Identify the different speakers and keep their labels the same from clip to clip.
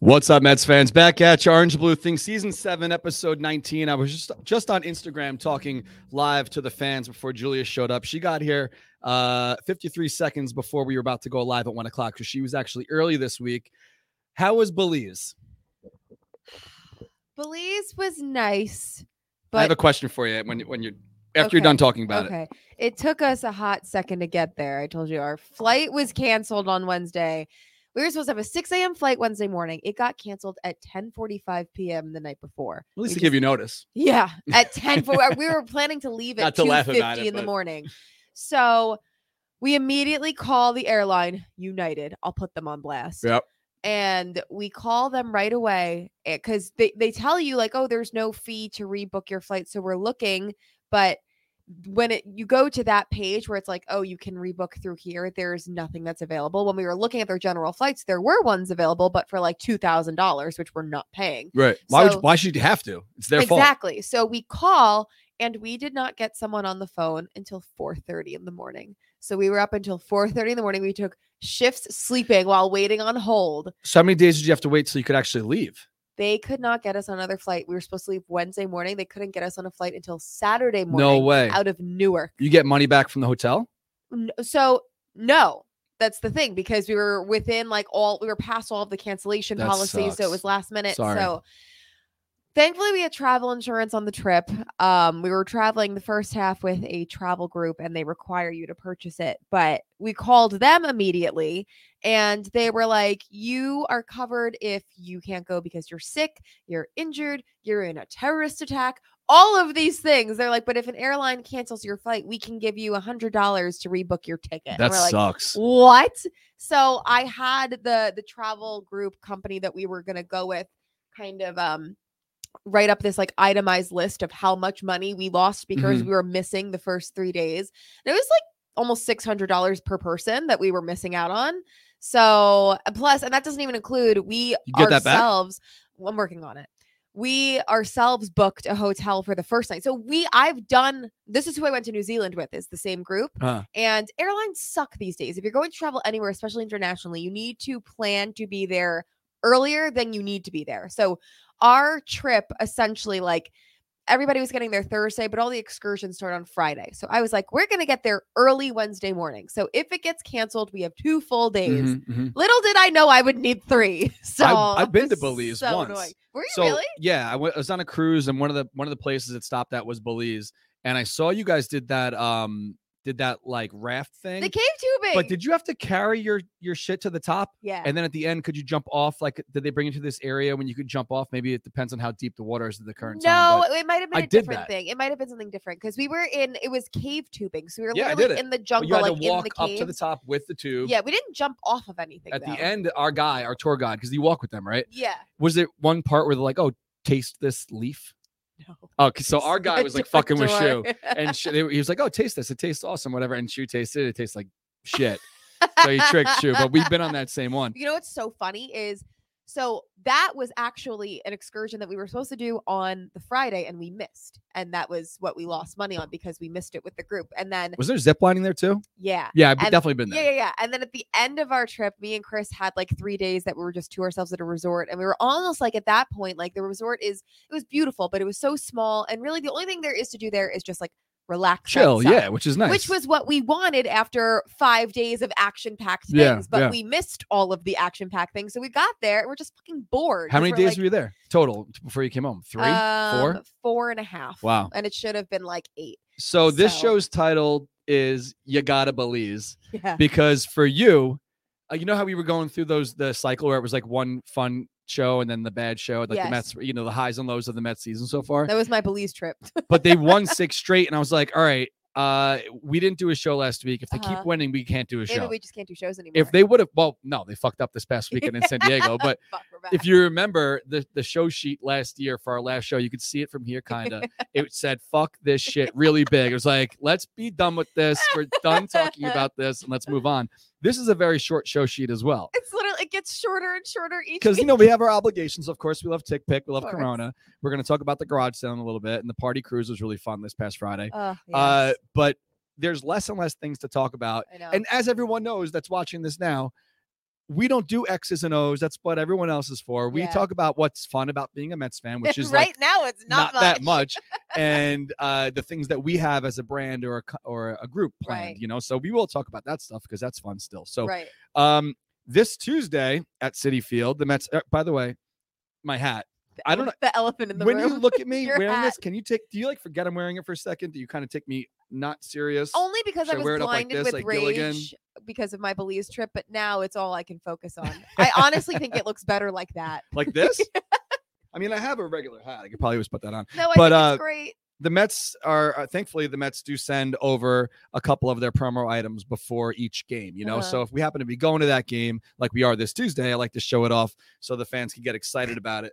Speaker 1: What's up, Mets fans? Back at you, Orange Blue Thing, Season 7, Episode 19. I was just just on Instagram talking live to the fans before Julia showed up. She got here uh, 53 seconds before we were about to go live at 1 o'clock because she was actually early this week. How was Belize?
Speaker 2: Belize was nice,
Speaker 1: I have
Speaker 2: but
Speaker 1: a question for you when, when you're after you're
Speaker 2: Okay.
Speaker 1: done talking about it.
Speaker 2: okay. It took us a hot second to get there. I told you our flight was canceled on Wednesday. We were supposed to have a 6 a.m. flight Wednesday morning. It got canceled at 10:45 p.m. the night before.
Speaker 1: At least
Speaker 2: We
Speaker 1: to give you notice.
Speaker 2: Yeah, at 10 for we were planning to leave at
Speaker 1: Not to laugh
Speaker 2: 2:50
Speaker 1: about it,
Speaker 2: in the
Speaker 1: but-
Speaker 2: morning. So we immediately call the airline United. I'll put them on blast.
Speaker 1: Yep.
Speaker 2: And we call them right away because they, they tell you like, oh, there's no fee to rebook your flight. So we're looking, but when it you go to that page where it's like, oh, you can rebook through here, there's nothing that's available. When we were looking at their general flights, there were ones available, but for like two thousand dollars, which we're not paying.
Speaker 1: Right. Why,
Speaker 2: So-
Speaker 1: would, why should you have to? It's their fault.
Speaker 2: Exactly. So we call and we did not get someone on the phone until 4:30 in the morning. So we were up until 4:30 in the morning. We took shifts sleeping while waiting on hold.
Speaker 1: So, how many days did you have to wait till you could actually leave?
Speaker 2: They could not get us on another flight. We were supposed to leave Wednesday morning. They couldn't get us on a flight until Saturday morning
Speaker 1: No way.
Speaker 2: out of Newark.
Speaker 1: You get money back from the hotel?
Speaker 2: N- So no. That's the thing because we were within like all we were past all of the cancellation
Speaker 1: That
Speaker 2: policies, so it was
Speaker 1: sucks.
Speaker 2: last minute.
Speaker 1: Sorry.
Speaker 2: So thankfully we had travel insurance on the trip. Um, we were traveling the first half with a travel group, and they require you to purchase it. But we called them immediately, and they were like, "You are covered if you can't go because you're sick, you're injured, you're in a terrorist attack." All of these things, they're like, but if an airline cancels your flight, we can give you a hundred dollars to rebook your ticket. And
Speaker 1: That
Speaker 2: we're like,
Speaker 1: sucks.
Speaker 2: what so i had the the travel group company that we were going to go with kind of um write up this like itemized list of how much money we lost because
Speaker 1: Mhm.
Speaker 2: we were missing the first three days and it was like almost $600 per person that we were missing out on so and plus and that doesn't even include we
Speaker 1: You get that back?
Speaker 2: ourselves i'm working on it we ourselves booked a hotel for the first night so we i've done this is who i went to new zealand with is the same group
Speaker 1: Huh.
Speaker 2: and airlines suck these days. If you're going to travel anywhere, especially internationally, you need to plan to be there earlier than you need to be there. So our trip essentially like everybody was getting there Thursday, but all the excursions start on Friday. So I was like, we're going to get there early Wednesday morning. So if it gets canceled, we have two full days.
Speaker 1: Mhm, mhm.
Speaker 2: Little did I know I would need three. So
Speaker 1: I've been to
Speaker 2: it's
Speaker 1: Belize
Speaker 2: so
Speaker 1: once.
Speaker 2: annoying. Were you
Speaker 1: so
Speaker 2: really?
Speaker 1: yeah I, went, I was on a cruise and one of the one of the places it stopped at was belize and i saw you guys did that um did that like raft thing
Speaker 2: The cave tubing.
Speaker 1: but did you have to carry your your shit to the top
Speaker 2: yeah.
Speaker 1: and then at the end could you jump off like did they bring you to this area when you could jump off maybe it depends on how deep the water is at the current time
Speaker 2: No,
Speaker 1: but-
Speaker 2: it might have been
Speaker 1: I
Speaker 2: a
Speaker 1: did
Speaker 2: different
Speaker 1: that.
Speaker 2: thing. It might have been something different because we were in it was cave tubing, so we were
Speaker 1: Yeah, I
Speaker 2: literally
Speaker 1: did it.
Speaker 2: in the
Speaker 1: but
Speaker 2: jungle,
Speaker 1: you had
Speaker 2: like
Speaker 1: to walk
Speaker 2: in the
Speaker 1: up
Speaker 2: cave.
Speaker 1: to the top with the tube
Speaker 2: Yeah, we didn't jump off of anything
Speaker 1: at
Speaker 2: though.
Speaker 1: the end our guy our tour guide because you walk with them right
Speaker 2: Yeah,
Speaker 1: was there one part where they're like oh taste this leaf
Speaker 2: no.
Speaker 1: oh 'cause- so our guy
Speaker 2: A
Speaker 1: was like
Speaker 2: different
Speaker 1: fucking with shoe
Speaker 2: door.
Speaker 1: and she, they, were- he was like, "Oh, taste this. It tastes awesome, whatever." And she tasted it. It tastes like shit. So he tricked you. But we've been on that same one.
Speaker 2: You know what's so funny is so that was actually an excursion that we were supposed to do on the Friday and we missed, and that was what we lost money on because we missed it with the group. And then
Speaker 1: Was there zip lining there too?
Speaker 2: yeah,
Speaker 1: Yeah, I've
Speaker 2: And-
Speaker 1: definitely been
Speaker 2: Yeah,
Speaker 1: there.
Speaker 2: yeah, yeah. And then at the end of our trip, me and Chris had like three days that we were just to ourselves at a resort. And we were almost like at that point, like the resort is, it was beautiful, but it was so small. And really, the only thing there is to do there is just like relax.
Speaker 1: Chill,
Speaker 2: outside,
Speaker 1: yeah, which is nice.
Speaker 2: Which was what we wanted after five days of action packed things.
Speaker 1: Yeah,
Speaker 2: but
Speaker 1: yeah.
Speaker 2: we missed all of the action packed things. So we got there and we're just fucking bored.
Speaker 1: how
Speaker 2: 'cause
Speaker 1: many
Speaker 2: we're
Speaker 1: days
Speaker 2: like,
Speaker 1: were you there total t- before you came home? Three, four.
Speaker 2: um, Four and a half.
Speaker 1: Wow.
Speaker 2: And it should have been like eight.
Speaker 1: So this
Speaker 2: so-
Speaker 1: show's title is "You Gotta Belize"
Speaker 2: Yeah.
Speaker 1: because for you, uh, you know how we were going through those the cycle where it was like one fun show and then the bad show, like
Speaker 2: Yes.
Speaker 1: the Mets, you know, the highs and lows of the Mets season so far.
Speaker 2: That was my Belize trip.
Speaker 1: but they won six straight, and I was like, all right, uh, we didn't do a show last week. If they
Speaker 2: Uh-huh.
Speaker 1: keep winning, we can't do a
Speaker 2: Maybe
Speaker 1: show.
Speaker 2: we just can't do shows anymore.
Speaker 1: if they would have, well, no, they fucked up this past weekend in San Diego. But
Speaker 2: Fuck, we're back.
Speaker 1: if you remember the the show sheet last year for our last show, you could see it from here, kind of. it said "fuck this shit" really big. It was like, let's be done with this. We're done talking about this, and let's move on. This is a very short show sheet as well.
Speaker 2: It's literally it gets shorter and shorter each
Speaker 1: Because you
Speaker 2: week.
Speaker 1: know we have our obligations. Of course, we love Tick Pick. We love
Speaker 2: Of course.
Speaker 1: Corona. We're going to talk about the garage sale in a little bit, and the party cruise was really fun this past Friday.
Speaker 2: Ugh,
Speaker 1: Uh,
Speaker 2: yes,
Speaker 1: but there's less and less things to talk about.
Speaker 2: I know.
Speaker 1: And as everyone knows that's watching this now, we don't do X's and O's. That's what everyone else is for. We
Speaker 2: Yeah.
Speaker 1: talk about what's fun about being a Mets fan, which is
Speaker 2: right
Speaker 1: like
Speaker 2: now it's not,
Speaker 1: not, that much, and uh, the things that we have as a brand or a co- or a group planned.
Speaker 2: Right.
Speaker 1: You know, so we will talk about that stuff because that's fun still. So
Speaker 2: right.
Speaker 1: um, this Tuesday at City Field, the Mets. uh, by the way, my hat. I don't know
Speaker 2: the elephant in the
Speaker 1: when
Speaker 2: room.
Speaker 1: you look at me
Speaker 2: Your
Speaker 1: wearing
Speaker 2: hat.
Speaker 1: this. Can you take? Do you like forget I'm wearing it for a second? Do you kind of take me not serious?
Speaker 2: Only because
Speaker 1: Should I
Speaker 2: I was
Speaker 1: wear it up like
Speaker 2: blinded
Speaker 1: this,
Speaker 2: with
Speaker 1: like
Speaker 2: rage
Speaker 1: Gilligan?
Speaker 2: because of my Belize trip, but now it's all I can focus on. I honestly think it looks better like that.
Speaker 1: Like this? I mean, I have a regular hat. I could probably just put that on.
Speaker 2: No, I
Speaker 1: But,
Speaker 2: think
Speaker 1: uh,
Speaker 2: it's great.
Speaker 1: The Mets are uh, thankfully the Mets do send over a couple of their promo items before each game. You know,
Speaker 2: Uh-huh.
Speaker 1: so if we happen to be going to that game like we are this Tuesday, I like to show it off so the fans can get excited about it.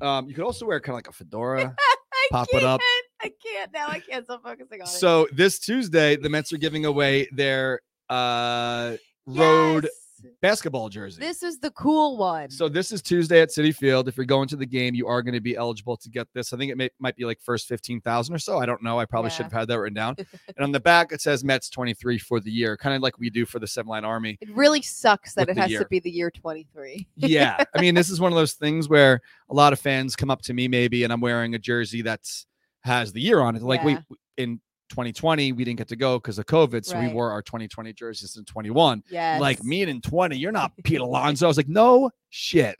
Speaker 1: Um, you could also wear kind of like a fedora.
Speaker 2: I
Speaker 1: pop
Speaker 2: can't.
Speaker 1: it up.
Speaker 2: I can't. Now I can't stop focusing on it.
Speaker 1: so this Tuesday, the Mets are giving away their uh, road
Speaker 2: Yes!
Speaker 1: basketball jersey.
Speaker 2: This is the cool one.
Speaker 1: So this is Tuesday at City Field. If you're going to the game, you are going to be eligible to get this. I think it may, might be like first fifteen thousand or so. I don't know. I probably should
Speaker 2: Yeah.
Speaker 1: have had that written down. and on the back it says Mets twenty three for the year, kind of like we do for the Seven Line Army.
Speaker 2: it really sucks that
Speaker 1: With
Speaker 2: it
Speaker 1: the
Speaker 2: has
Speaker 1: year.
Speaker 2: to be the year 23.
Speaker 1: Yeah, I mean this is one of those things where a lot of fans come up to me maybe, and I'm wearing a jersey that's has the year on it. Like wait,
Speaker 2: Yeah.
Speaker 1: in 2020 we didn't get to go because of COVID, so we
Speaker 2: Right.
Speaker 1: wore our 2020 jerseys in 21.
Speaker 2: Yes.
Speaker 1: like me and 20 you're not pete alonzo i was like no shit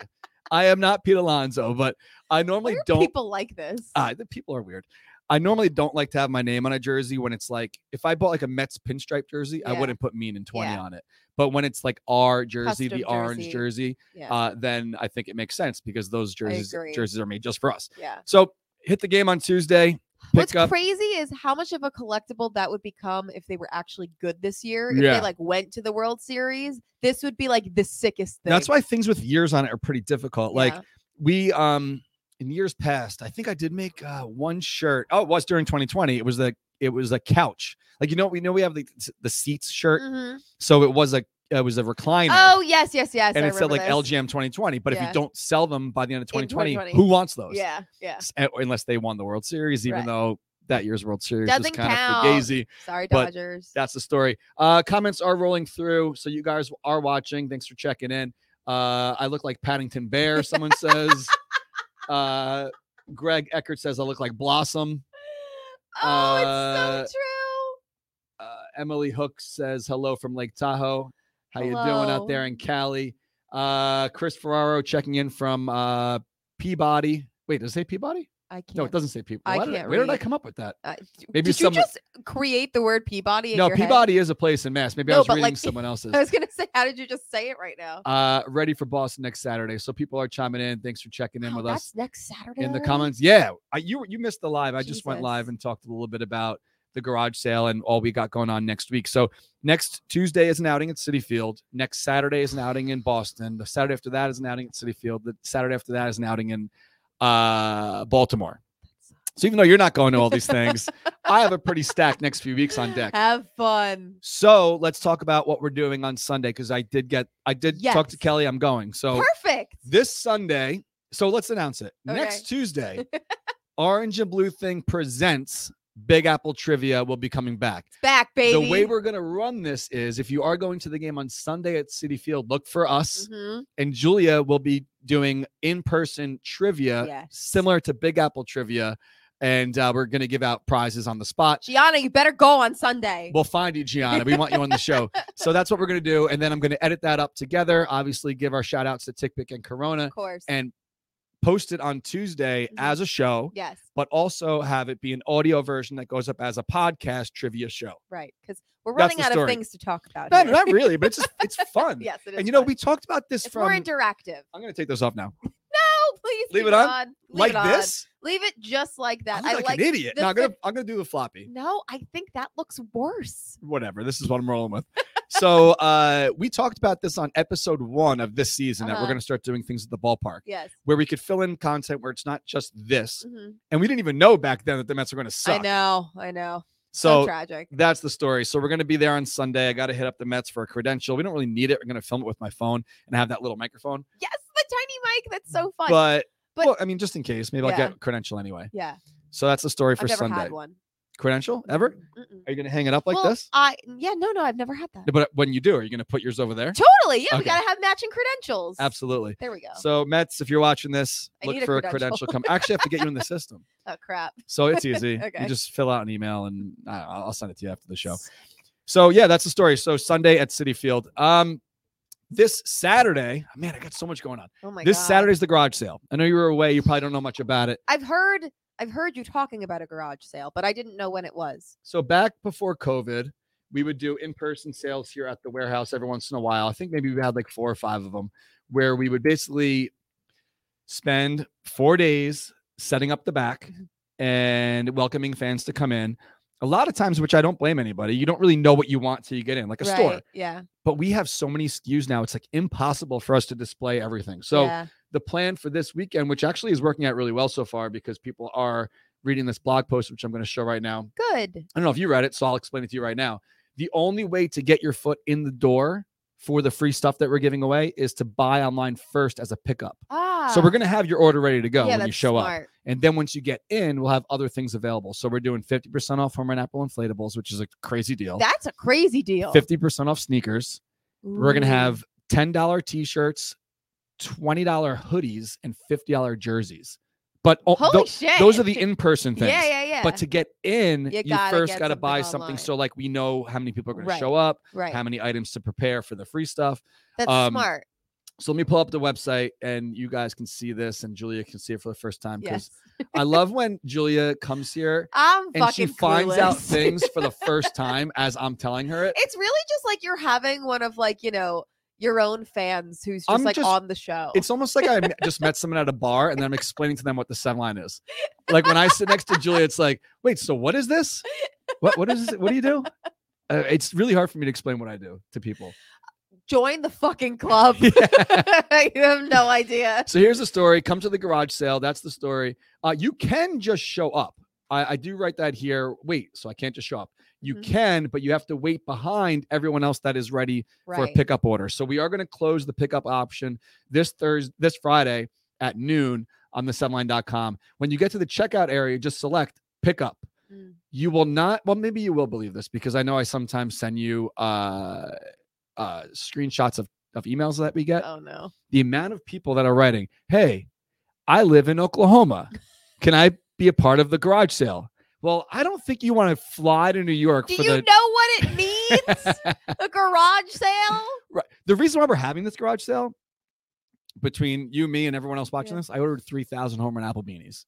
Speaker 1: i am not pete alonzo but i
Speaker 2: Why
Speaker 1: normally
Speaker 2: are
Speaker 1: don't
Speaker 2: people like this.
Speaker 1: uh, the people are weird i normally don't like to have my name on a jersey when it's like if i bought like a mets pinstripe jersey i
Speaker 2: Yeah.
Speaker 1: wouldn't put mean and 20
Speaker 2: Yeah.
Speaker 1: on it but when it's like our jersey the
Speaker 2: Custom
Speaker 1: orange
Speaker 2: jersey.
Speaker 1: jersey
Speaker 2: yeah.
Speaker 1: uh, then i think it makes sense because those jerseys
Speaker 2: agree.
Speaker 1: jerseys are made just for us
Speaker 2: yeah.
Speaker 1: so hit the game on tuesday
Speaker 2: What's
Speaker 1: pick up
Speaker 2: crazy is how much of a collectible that would become if they were actually good this year. If
Speaker 1: Yeah.
Speaker 2: they like went to the World Series, this would be like the sickest thing.
Speaker 1: that's why things with years on it are pretty difficult like
Speaker 2: Yeah.
Speaker 1: we um in years past i think i did make uh one shirt oh it was during 2020 it was the it was a couch like you know we know we have the the seats shirt
Speaker 2: Mhm.
Speaker 1: so it was a it was a recliner
Speaker 2: Oh yes, yes, yes.
Speaker 1: and
Speaker 2: I
Speaker 1: it said
Speaker 2: remember
Speaker 1: like
Speaker 2: this.
Speaker 1: lgm 2020 but if
Speaker 2: Yeah.
Speaker 1: you don't sell them by the end of 2020,
Speaker 2: 2020.
Speaker 1: who wants those
Speaker 2: Yeah, yeah.
Speaker 1: S- uh, unless they won the world series even
Speaker 2: Right.
Speaker 1: though that year's world series was
Speaker 2: Doesn't
Speaker 1: kind
Speaker 2: count.
Speaker 1: of fugazi
Speaker 2: Sorry,
Speaker 1: But
Speaker 2: Dodgers.
Speaker 1: that's the story. Uh, comments are rolling through, so you guys are watching. Thanks for checking in. Uh, I look like Paddington Bear. Someone says. Uh, Greg Eckert says I look like Blossom.
Speaker 2: oh,
Speaker 1: uh,
Speaker 2: it's so true.
Speaker 1: Uh, Emily Hook says hello from Lake Tahoe. How you doing out
Speaker 2: Hello.
Speaker 1: there in Cali? Uh, Chris Ferraro checking in from uh, Peabody. Wait, does it say Peabody?
Speaker 2: I can't.
Speaker 1: No, it doesn't say Peabody.
Speaker 2: I
Speaker 1: Why did
Speaker 2: can't
Speaker 1: where did I
Speaker 2: read.
Speaker 1: come up with that?
Speaker 2: Uh, d-
Speaker 1: Maybe
Speaker 2: Did
Speaker 1: someone-
Speaker 2: you just create the word Peabody? In
Speaker 1: No,
Speaker 2: your head?
Speaker 1: Peabody is a place in Mass. Maybe I
Speaker 2: No,
Speaker 1: was
Speaker 2: but,
Speaker 1: reading
Speaker 2: like,
Speaker 1: someone else's.
Speaker 2: I was gonna say, how did you just say it right now?
Speaker 1: uh ready for boston next saturday so people are chiming in thanks for checking in
Speaker 2: Wow,
Speaker 1: with
Speaker 2: Oh, that's
Speaker 1: us
Speaker 2: next Saturday.
Speaker 1: in the
Speaker 2: already?
Speaker 1: comments yeah I, you you missed the live i just went
Speaker 2: Jesus.
Speaker 1: live and talked a little bit about the garage sale and all we got going on next week so next tuesday is an outing at city field next saturday is an outing in boston the saturday after that is an outing at city field the saturday after that is an outing in uh baltimore so even though you're not going to all these things i have a pretty stacked next few weeks on deck
Speaker 2: Have fun.
Speaker 1: so let's talk about what we're doing on sunday because i did get i did talk to
Speaker 2: Yes.
Speaker 1: kelly i'm going so
Speaker 2: Perfect.
Speaker 1: this Sunday. So let's announce it. Next
Speaker 2: Okay.
Speaker 1: Tuesday, Orange and Blue Thing presents Big Apple Trivia will be coming back.
Speaker 2: It's back, baby.
Speaker 1: The way we're going to run this is if you are going to the game on Sunday at City Field, look for us
Speaker 2: Mhm.
Speaker 1: and Julia will be doing in-person trivia
Speaker 2: Yes.
Speaker 1: similar to Big Apple Trivia and uh, we're going to give out prizes on the spot.
Speaker 2: Gianna, you better go on Sunday.
Speaker 1: We'll find you, Gianna. We want you on the show. So that's what we're going to do. And then I'm going to edit that up together. Obviously, give our shout outs to Tick Pick and Corona
Speaker 2: of course.
Speaker 1: and post it on Tuesday
Speaker 2: Mhm.
Speaker 1: as a show,
Speaker 2: yes,
Speaker 1: but also have it be an audio version that goes up as a podcast trivia show.
Speaker 2: right. Because we're
Speaker 1: That's
Speaker 2: running
Speaker 1: the
Speaker 2: out
Speaker 1: story.
Speaker 2: of things to talk about.
Speaker 1: No,
Speaker 2: here.
Speaker 1: not really, but it's just it's fun.
Speaker 2: yes, it is.
Speaker 1: and you know,
Speaker 2: fun.
Speaker 1: we talked about this
Speaker 2: it's
Speaker 1: from.
Speaker 2: more interactive.
Speaker 1: I'm gonna take this off now.
Speaker 2: No, please
Speaker 1: Leave
Speaker 2: keep
Speaker 1: it on?
Speaker 2: Leave
Speaker 1: like
Speaker 2: it on.
Speaker 1: this,
Speaker 2: Leave it just like that.
Speaker 1: I'm
Speaker 2: I
Speaker 1: like,
Speaker 2: like.
Speaker 1: an idiot.
Speaker 2: the
Speaker 1: No, I'm gonna
Speaker 2: flip-
Speaker 1: I'm gonna do the floppy.
Speaker 2: No, I think that looks worse.
Speaker 1: Whatever. This is what I'm rolling with. so uh, we talked about this on episode one of this season that we're
Speaker 2: Uh-huh.
Speaker 1: gonna start doing things at the ballpark
Speaker 2: Yes.
Speaker 1: where we could fill in content where it's not just this.
Speaker 2: mhm.
Speaker 1: And we didn't even know back then that the Mets were gonna
Speaker 2: I
Speaker 1: suck.
Speaker 2: know. I know. So,
Speaker 1: So
Speaker 2: tragic.
Speaker 1: that's the story. So we're going to be there on Sunday. I got to hit up the Mets for a credential. We don't really need it. We're going to film it with my phone and have that little microphone.
Speaker 2: Yes, the tiny mic. That's so fun.
Speaker 1: But,
Speaker 2: But-
Speaker 1: well, I mean, just in case, maybe I'll
Speaker 2: Yeah.
Speaker 1: get a credential anyway.
Speaker 2: yeah,
Speaker 1: So that's the story for
Speaker 2: I've never
Speaker 1: Sunday.
Speaker 2: had one.
Speaker 1: credential ever?
Speaker 2: Mm-mm.
Speaker 1: Are you gonna hang it up like
Speaker 2: Well,
Speaker 1: this?
Speaker 2: I yeah, no, no, I've never had that.
Speaker 1: No, But when you do, are you gonna put yours over there?
Speaker 2: Totally. Yeah, we
Speaker 1: Okay.
Speaker 2: gotta have matching credentials.
Speaker 1: Absolutely.
Speaker 2: There we go.
Speaker 1: So Mets, if you're watching this,
Speaker 2: I
Speaker 1: look
Speaker 2: need a
Speaker 1: for a credential.
Speaker 2: credential.
Speaker 1: Come, I actually have to get you in the system,
Speaker 2: oh crap.
Speaker 1: so it's easy.
Speaker 2: Okay.
Speaker 1: You just fill out an email, and I don't know, I'll send it to you after the show. So yeah, that's the story. So Sunday at City Field. Um, this Saturday, man, I got so much going on.
Speaker 2: Oh my
Speaker 1: this
Speaker 2: god.
Speaker 1: Saturday's the garage sale. I know you were away. You probably don't know much about it.
Speaker 2: I've heard I've heard you talking about a garage sale, but I didn't know when it was.
Speaker 1: So back before COVID, we would do in-person sales here at the warehouse every once in a while. I think maybe we had like four or five of them where we would basically spend 4 days setting up the back
Speaker 2: Mm-hmm.
Speaker 1: and welcoming fans to come in. A lot of times which I don't blame anybody, you don't really know what you want till you get in like a store.
Speaker 2: Right, Yeah.
Speaker 1: But we have so many SKUs now, it's like impossible for us to display everything. So
Speaker 2: yeah.
Speaker 1: the plan for this weekend, which actually is working out really well so far because people are reading this blog post, which I'm going to show right now.
Speaker 2: good.
Speaker 1: I don't know if you read it, so I'll explain it to you right now. The only way to get your foot in the door for the free stuff that we're giving away is to buy online first as a pickup.
Speaker 2: Ah.
Speaker 1: So we're going to have your order ready to go
Speaker 2: yeah,
Speaker 1: when you
Speaker 2: that's
Speaker 1: show up.
Speaker 2: smart.
Speaker 1: And then once you get in, we'll have other things available. So we're doing 50% off Homer and Apple inflatables, which is a crazy deal.
Speaker 2: That's a crazy deal.
Speaker 1: 50% off sneakers. We're going to
Speaker 2: Ooh.
Speaker 1: have $10 t-shirts, $20 hoodies and $50 jerseys. But oh,
Speaker 2: Holy
Speaker 1: tho-
Speaker 2: shit.
Speaker 1: those are the in-person things.
Speaker 2: Yeah, yeah, yeah.
Speaker 1: But to get in,
Speaker 2: You
Speaker 1: you,
Speaker 2: gotta
Speaker 1: first
Speaker 2: get
Speaker 1: got to
Speaker 2: something
Speaker 1: buy something
Speaker 2: online.
Speaker 1: so like we know how many people are going
Speaker 2: Right.
Speaker 1: to show up,
Speaker 2: right.
Speaker 1: how many items to prepare for the free stuff.
Speaker 2: That's
Speaker 1: um,
Speaker 2: smart.
Speaker 1: So let me pull up the website and you guys can see this and Julia can see it for the first time
Speaker 2: Yes.
Speaker 1: because I love when Julia comes here
Speaker 2: I'm
Speaker 1: and
Speaker 2: fucking
Speaker 1: she finds out
Speaker 2: clueless.
Speaker 1: things for the first time as I'm telling her it.
Speaker 2: it's really just like you're having one of like you know your own fans who's just
Speaker 1: I'm
Speaker 2: like
Speaker 1: just-
Speaker 2: on the show.
Speaker 1: It's almost like I m- just met someone at a bar and then I'm explaining to them what the sun line is. Like when I sit next to Julia, it's like, wait, so what is this? What what is this? What do you do? Uh, it's really hard for me to explain what I do to people.
Speaker 2: Join the fucking club. you have no idea.
Speaker 1: So here's the story. Come to the garage sale. That's the story. Uh, you can just show up. I, I do write that here. Wait, so I can't just show up. You
Speaker 2: Mhm.
Speaker 1: can, but you have to wait behind everyone else that is ready for a
Speaker 2: Right.
Speaker 1: pickup order. So we are going to close the pickup option this Thursday, this Friday at noon on the sunline.com. When you get to the checkout area, just select pickup.
Speaker 2: Mm.
Speaker 1: You will not, well, maybe you will believe this because I know I sometimes send you uh uh screenshots of, of emails that we get.
Speaker 2: Oh no.
Speaker 1: The amount of people that are writing, hey, I live in Oklahoma. Can I be a part of the garage sale? Well, I don't think you want to fly to New York
Speaker 2: Do
Speaker 1: for
Speaker 2: you
Speaker 1: the
Speaker 2: know what it means? a garage sale?
Speaker 1: Right. The reason why we're having this garage sale between you, me, and everyone else watching
Speaker 2: Yeah.
Speaker 1: this, I ordered 3,000 Homer and Apple beanies.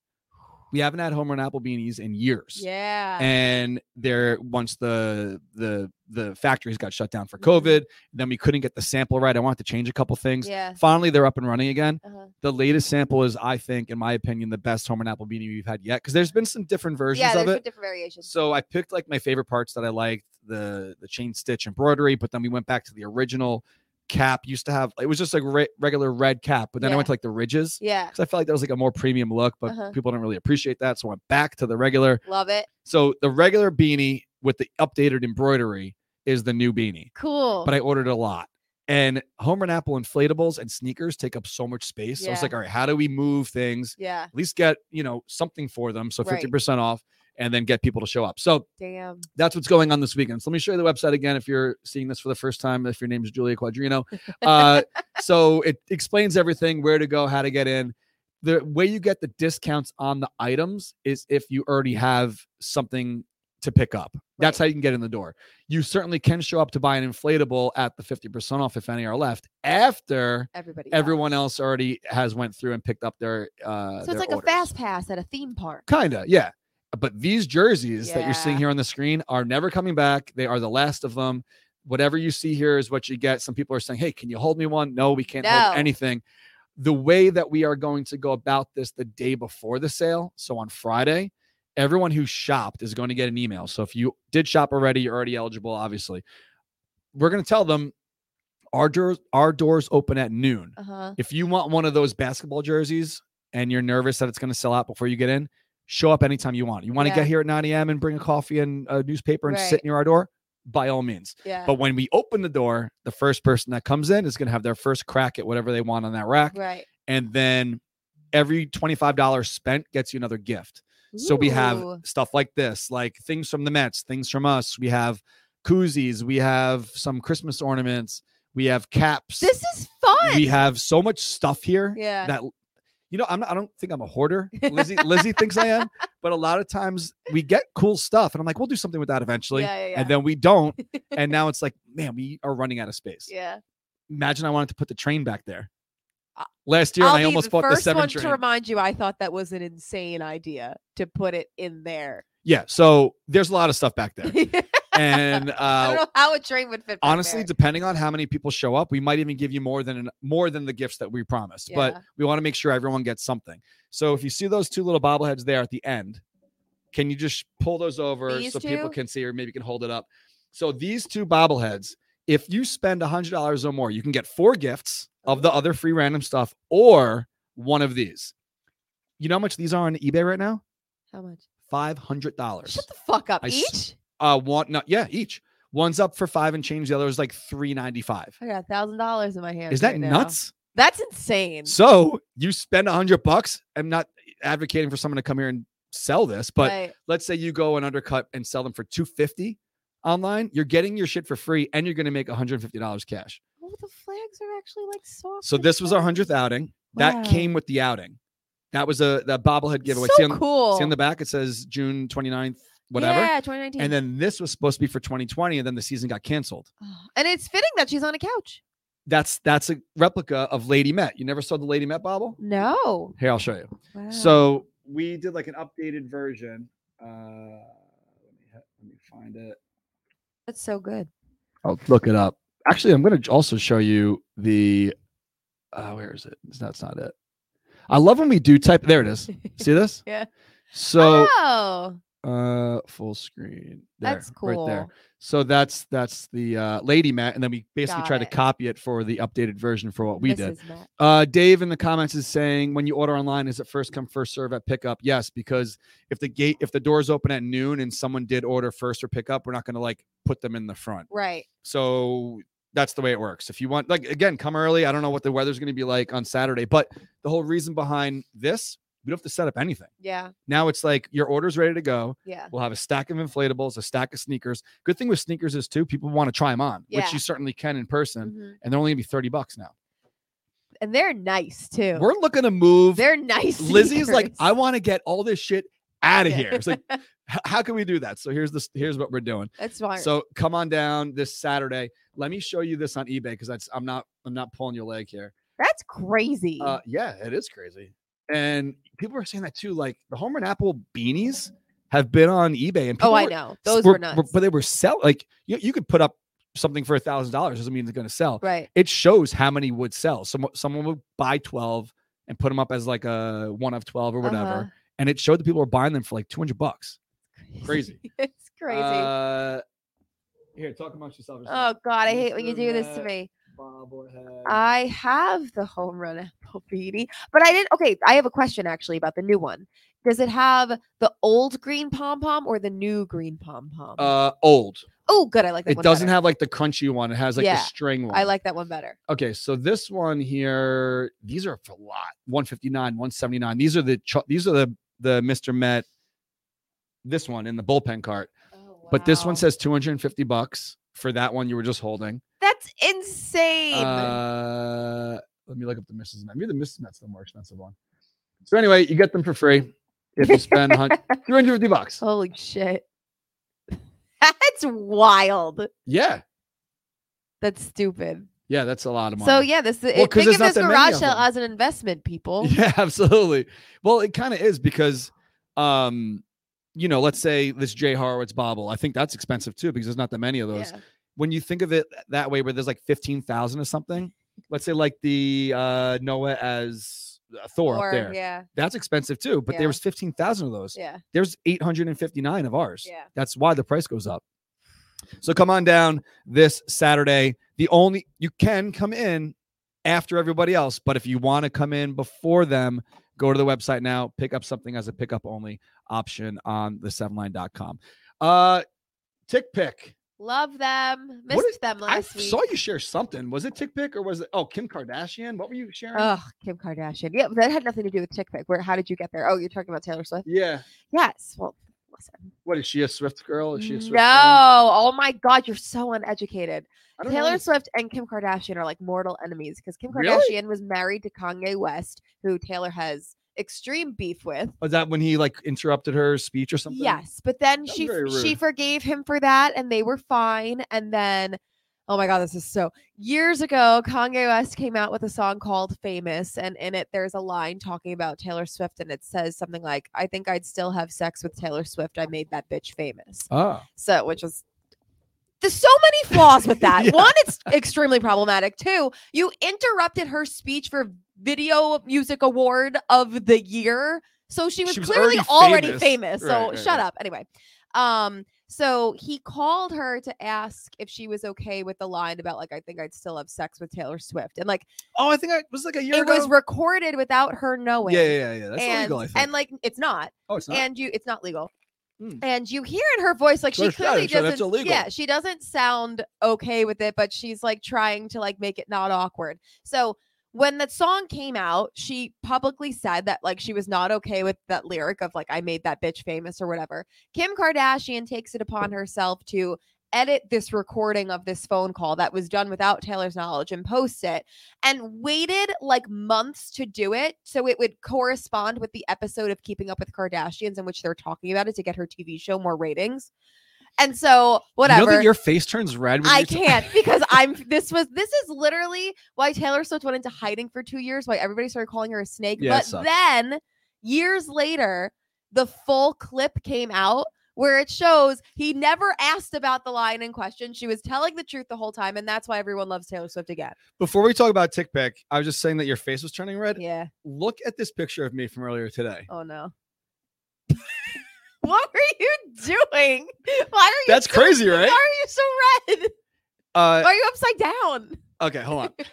Speaker 1: We haven't had Homer and Apple beanies in years.
Speaker 2: Yeah.
Speaker 1: And there, once the the the factories got shut down for
Speaker 2: Mhm.
Speaker 1: COVID, then we couldn't get the sample right. I wanted to change a couple things.
Speaker 2: yeah.
Speaker 1: Finally, they're up and running again.
Speaker 2: Uh-huh.
Speaker 1: The latest sample is, I think, in my opinion, the best Homer and Apple beanie we've had yet. Because there's been some different versions
Speaker 2: Yeah,
Speaker 1: of
Speaker 2: there's
Speaker 1: it.
Speaker 2: been different variations.
Speaker 1: So I picked like my favorite parts that I liked the the chain stitch embroidery, but then we went back to the original cap. Used to have it was just like re- regular red cap, but then I went to like the ridges
Speaker 2: yeah.
Speaker 1: because I felt like that was like a more premium look, but
Speaker 2: Uh-huh.
Speaker 1: people didn't really appreciate that, so I went back to the regular.
Speaker 2: Love it.
Speaker 1: So the regular beanie with the updated embroidery is the new beanie,
Speaker 2: Cool.
Speaker 1: but I ordered a lot. And Homer and Apple inflatables and sneakers take up so much space. So I
Speaker 2: Yeah.
Speaker 1: was like, all right, how do we move things?
Speaker 2: yeah.
Speaker 1: At least get, you know, something for them. So
Speaker 2: Right.
Speaker 1: 50% off and then get people to show up. So
Speaker 2: Damn.
Speaker 1: that's what's going on this weekend. So let me show you the website again if you're seeing this for the first time, if your name is Julia Quadrino. Uh, so it explains everything where to go, how to get in. The way you get the discounts on the items is if you already have something to pick up. That's
Speaker 2: Right.
Speaker 1: how you can get in the door. You certainly can show up to buy an inflatable at the 50% off if any are left after
Speaker 2: Everybody. got it.
Speaker 1: everyone else already has went through and picked up their uh
Speaker 2: So it's
Speaker 1: their
Speaker 2: like
Speaker 1: orders
Speaker 2: a fast pass at a theme park.
Speaker 1: kind of yeah but these jerseys that you're seeing
Speaker 2: Yeah.
Speaker 1: here on the screen are never coming back they are the last of them whatever you see here is what you get some people are saying hey can you hold me one no we can't hold
Speaker 2: No.
Speaker 1: anything the way that we are going to go about this the day before the sale so on friday everyone who shopped is going to get an email so if you did shop already you're already eligible obviously we're going to tell them our doors our doors open at noon
Speaker 2: Uh huh.
Speaker 1: if you want one of those basketball jerseys and you're nervous that it's going to sell out before you get in, show up anytime you want. You want to
Speaker 2: Yeah.
Speaker 1: get here at 9 a.m. and bring a coffee and a newspaper and
Speaker 2: Right.
Speaker 1: sit near our door? By all means.
Speaker 2: Yeah.
Speaker 1: But when we open the door, the first person that comes in is going to have their first crack at whatever they want on that rack.
Speaker 2: right.
Speaker 1: And then every $25 spent gets you another gift. So we have
Speaker 2: Ooh.
Speaker 1: stuff like this, like things from the Mets, things from us. We have koozies, we have some Christmas ornaments, we have caps.
Speaker 2: This is fun.
Speaker 1: we have so much stuff here
Speaker 2: yeah.
Speaker 1: that you know I'm not, I don't think I'm a hoarder. Lizzie Lizzie thinks I am, but a lot of times we get cool stuff and I'm like we'll do something with that eventually.
Speaker 2: yeah. Yeah. Yeah.
Speaker 1: And then we don't. And now it's like, man, we are running out of space.
Speaker 2: yeah.
Speaker 1: Imagine I wanted to put the train back there.
Speaker 2: I-
Speaker 1: Last year,
Speaker 2: I'll
Speaker 1: and I
Speaker 2: be
Speaker 1: almost
Speaker 2: the
Speaker 1: bought the
Speaker 2: first
Speaker 1: seven
Speaker 2: one
Speaker 1: train.
Speaker 2: to remind you. I thought that was an insane idea to put it in there.
Speaker 1: yeah, so there's a lot of stuff back there,
Speaker 2: I
Speaker 1: and
Speaker 2: don't
Speaker 1: uh,
Speaker 2: know how a train would fit. back
Speaker 1: honestly,
Speaker 2: there.
Speaker 1: depending on how many people show up, we might even give you more than an, more than the gifts that we promised. But
Speaker 2: Yeah.
Speaker 1: we want to make sure everyone gets something. So if you see those two little bobbleheads there at the end, can you just pull those over
Speaker 2: These
Speaker 1: so people
Speaker 2: two?
Speaker 1: can see, or maybe you can hold it up? So these two bobbleheads, if you spend a hundred dollars or more, you can get four gifts of the other free random stuff or one of these. You know how much these are on eBay right now?
Speaker 2: how much?
Speaker 1: Five hundred dollars.
Speaker 2: Shut the fuck up.
Speaker 1: I s-
Speaker 2: Each.
Speaker 1: Uh, one, no, yeah, each. One's up for five and change. The other is like three ninety five.
Speaker 2: I got a thousand dollars in my hand.
Speaker 1: Is that
Speaker 2: right now.
Speaker 1: nuts?
Speaker 2: That's insane.
Speaker 1: So you spend a hundred bucks. I'm not advocating for someone to come here and sell this, but
Speaker 2: Right.
Speaker 1: let's say you go and undercut and sell them for two fifty online. You're getting your shit for free, and you're going to make one hundred fifty dollars cash.
Speaker 2: oh, the flags are actually like soft.
Speaker 1: So
Speaker 2: and
Speaker 1: this was our
Speaker 2: fluffy.
Speaker 1: hundredth outing. That
Speaker 2: Wow.
Speaker 1: came with the outing. That was a that bobblehead giveaway.
Speaker 2: So
Speaker 1: see, on, see
Speaker 2: cool.
Speaker 1: on the back it says June 29th, whatever.
Speaker 2: Yeah, 2019.
Speaker 1: And then this was supposed to be for 2020, and then the season got canceled.
Speaker 2: Oh, and it's fitting that she's on a couch.
Speaker 1: That's that's a replica of Lady Met. You never saw the Lady Met bobble?
Speaker 2: No.
Speaker 1: Here, I'll show you.
Speaker 2: Wow.
Speaker 1: So we did like an updated version. Uh, let me ha- let me find it.
Speaker 2: that's so good.
Speaker 1: I'll look it up. Actually, I'm going to also show you the. Uh, where is it? It's- That's not it. I love when we do type. There it is. See this?
Speaker 2: Yeah.
Speaker 1: So
Speaker 2: oh,
Speaker 1: uh, full screen. There,
Speaker 2: that's cool.
Speaker 1: Right there. So that's that's the uh, lady mat, and then we basically
Speaker 2: Got
Speaker 1: try to
Speaker 2: it.
Speaker 1: copy it for the updated version for what we
Speaker 2: This
Speaker 1: did.
Speaker 2: is not-
Speaker 1: Uh, Dave in the comments is saying when you order online, is it first come first serve at pickup? Yes, because if the gate if the doors open at noon and someone did order first or pickup, we're not going to like put them in the front.
Speaker 2: right.
Speaker 1: So that's the way it works. If you want, like again, come early. I don't know what the weather's going to be like on Saturday, but the whole reason behind this, we don't have to set up anything.
Speaker 2: Yeah.
Speaker 1: Now it's like your order's ready to go.
Speaker 2: Yeah.
Speaker 1: We'll have a stack of inflatables, a stack of sneakers. Good thing with sneakers is too, people want to try them on,
Speaker 2: Yeah.
Speaker 1: which you certainly can in person,
Speaker 2: Mhm.
Speaker 1: and they're only going to be thirty bucks now.
Speaker 2: And they're nice too.
Speaker 1: We're looking to move
Speaker 2: they're nice.
Speaker 1: Lizzie is like,
Speaker 2: sneakers.
Speaker 1: I want to get all this shit out of
Speaker 2: Yeah.
Speaker 1: here. It's like, h- how can we do that? So here's this. Here's what we're doing.
Speaker 2: that's fine.
Speaker 1: So come on down this Saturday. Let me show you this on eBay because that's I'm not I'm not pulling your leg here.
Speaker 2: that's crazy.
Speaker 1: Uh, yeah, it is crazy. And people are saying that too. Like the Homer and Apple beanies have been on eBay, and people
Speaker 2: oh, I
Speaker 1: were-
Speaker 2: know. Those
Speaker 1: were,
Speaker 2: were nuts.
Speaker 1: but they were sell like you, you could put up something for a thousand dollars doesn't mean it's going to sell
Speaker 2: right.
Speaker 1: it shows how many would sell. Some someone would buy 12 and put them up as like a one of 12 or whatever.
Speaker 2: Uh-huh.
Speaker 1: And it showed that people were buying them for like 200 bucks. Crazy.
Speaker 2: it's crazy.
Speaker 1: Uh, here, talk amongst yourselves.
Speaker 2: oh God, I hate when you
Speaker 1: Mr.
Speaker 2: do this to
Speaker 1: Matt,
Speaker 2: me.
Speaker 1: bobblehead.
Speaker 2: I have the home run apple beanie, but I didn't. Okay, I have a question actually about the new one. Does it have the old green pom pom or the new green pom pom?
Speaker 1: uh, old.
Speaker 2: oh, good. I like that.
Speaker 1: It
Speaker 2: one
Speaker 1: doesn't
Speaker 2: better.
Speaker 1: have like the crunchy one. It has like the
Speaker 2: Yeah,
Speaker 1: string one.
Speaker 2: I like that one better.
Speaker 1: Okay, so this one here, these are for a lot. 159, 179. These are the ch- these are the the Mr. Met. This one in the bullpen cart.
Speaker 2: Oh,
Speaker 1: But this one says 250 bucks for that one you were just holding.
Speaker 2: that's insane.
Speaker 1: Uh, let me look up the Mrs. Met. Maybe the Mrs. Met's the more expensive one. So anyway, you get them for free if you spend hun- 350 bucks.
Speaker 2: Holy shit. That's wild.
Speaker 1: Yeah,
Speaker 2: That's stupid.
Speaker 1: yeah, that's a lot of money.
Speaker 2: So yeah, this
Speaker 1: Well,
Speaker 2: it
Speaker 1: 'cause
Speaker 2: think
Speaker 1: there's
Speaker 2: of
Speaker 1: not
Speaker 2: this
Speaker 1: that many
Speaker 2: garage
Speaker 1: of
Speaker 2: sale
Speaker 1: them.
Speaker 2: as an investment, people.
Speaker 1: yeah, absolutely. Well, it kind of is because, um, you know, let's say this Jay Horowitz bobble. I think that's expensive too because there's not that many of those.
Speaker 2: Yeah.
Speaker 1: When you think of it that way, where there's like 15,000 or something. Let's say like the uh, Noah as uh, Thor
Speaker 2: Or-
Speaker 1: up there.
Speaker 2: yeah,
Speaker 1: That's expensive too, but
Speaker 2: Yeah.
Speaker 1: there was 15,000 of those.
Speaker 2: yeah,
Speaker 1: There's 859 of ours.
Speaker 2: yeah.
Speaker 1: That's why the price goes up. So come on down this Saturday. The only you can come in after everybody else, but if you want to come in before them, go to the website now, pick up something as a pickup only option on the sevenline.com. Uh tick pick.
Speaker 2: Love them. Missed
Speaker 1: is-
Speaker 2: them
Speaker 1: I
Speaker 2: last week.
Speaker 1: saw you share something. Was it Tick Pick or was it? Oh, Kim Kardashian. What were you sharing?
Speaker 2: Oh, Kim Kardashian. Yeah, that had nothing to do with Tick Pick. Where? How did you get there? Oh, you're talking about Taylor Swift.
Speaker 1: yeah.
Speaker 2: Yes. Well, listen.
Speaker 1: What is she a Swift girl? Is she a Swift?
Speaker 2: no.
Speaker 1: fan?
Speaker 2: Oh my God, you're so uneducated.
Speaker 1: I don't
Speaker 2: Taylor
Speaker 1: know.
Speaker 2: Swift and Kim Kardashian are like mortal enemies because Kim Kardashian
Speaker 1: Really?
Speaker 2: was married to Kanye West, who Taylor has extreme beef with.
Speaker 1: Was that when he like interrupted her speech or something?
Speaker 2: Yes, but then
Speaker 1: That's
Speaker 2: she
Speaker 1: very
Speaker 2: she
Speaker 1: rude.
Speaker 2: forgave him for that, and they were fine. And then, oh my God, this is so years ago. Kanye West came out with a song called "Famous," and in it there's a line talking about Taylor Swift, and it says something like, "I think I'd still have sex with Taylor Swift. I made that bitch famous."
Speaker 1: Oh.
Speaker 2: So, which was there's so many flaws with that.
Speaker 1: Yeah.
Speaker 2: One, it's extremely problematic. Two, you interrupted her speech for Video Music Award of the Year. So she was,
Speaker 1: She was
Speaker 2: clearly already
Speaker 1: already famous.
Speaker 2: famous. So
Speaker 1: Right, right,
Speaker 2: shut
Speaker 1: right.
Speaker 2: up. Anyway. Um, so he called her to ask if she was okay with the line about like I think I'd still have sex with Taylor Swift. And like
Speaker 1: Oh, I think I it was like a year
Speaker 2: it
Speaker 1: ago.
Speaker 2: was recorded without her knowing.
Speaker 1: yeah, yeah, yeah, yeah. That's
Speaker 2: and,
Speaker 1: illegal. I think.
Speaker 2: and like it's not
Speaker 1: oh, it's not.
Speaker 2: and you it's not legal
Speaker 1: Mm.
Speaker 2: and you hear in her voice like
Speaker 1: Sure,
Speaker 2: she
Speaker 1: sure,
Speaker 2: clearly
Speaker 1: sure,
Speaker 2: doesn't
Speaker 1: that's illegal.
Speaker 2: yeah she doesn't sound okay with it but she's like trying to like make it not awkward so when that song came out she publicly said that like she was not okay with that lyric of like i made that bitch famous or whatever kim kardashian takes it upon herself to edit this recording of this phone call that was done without taylor's knowledge and post it and waited like months to do it so it would correspond with the episode of Keeping Up with Kardashians in which they're talking about it to get her TV show more ratings. And so
Speaker 1: You know
Speaker 2: whatever.
Speaker 1: that your face turns red. When
Speaker 2: I
Speaker 1: you t-
Speaker 2: can't because I'm this was this is literally why Taylor Swift went into hiding for 2 years, why everybody started calling her a snake.
Speaker 1: Yeah, it
Speaker 2: but
Speaker 1: sucks.
Speaker 2: then years later the full clip came out where it shows he never asked about the line in question. She was telling the truth the whole time and that's why everyone loves Taylor Swift again.
Speaker 1: Before we talk about Tick Pick, I was just saying that your face was turning red.
Speaker 2: Yeah.
Speaker 1: Look at this picture of me from earlier today.
Speaker 2: Oh no. what were you doing? Why are you
Speaker 1: That's
Speaker 2: so-
Speaker 1: crazy,
Speaker 2: Why are
Speaker 1: right?
Speaker 2: you so red? Why
Speaker 1: Uh,
Speaker 2: are you upside down?
Speaker 1: okay, hold on.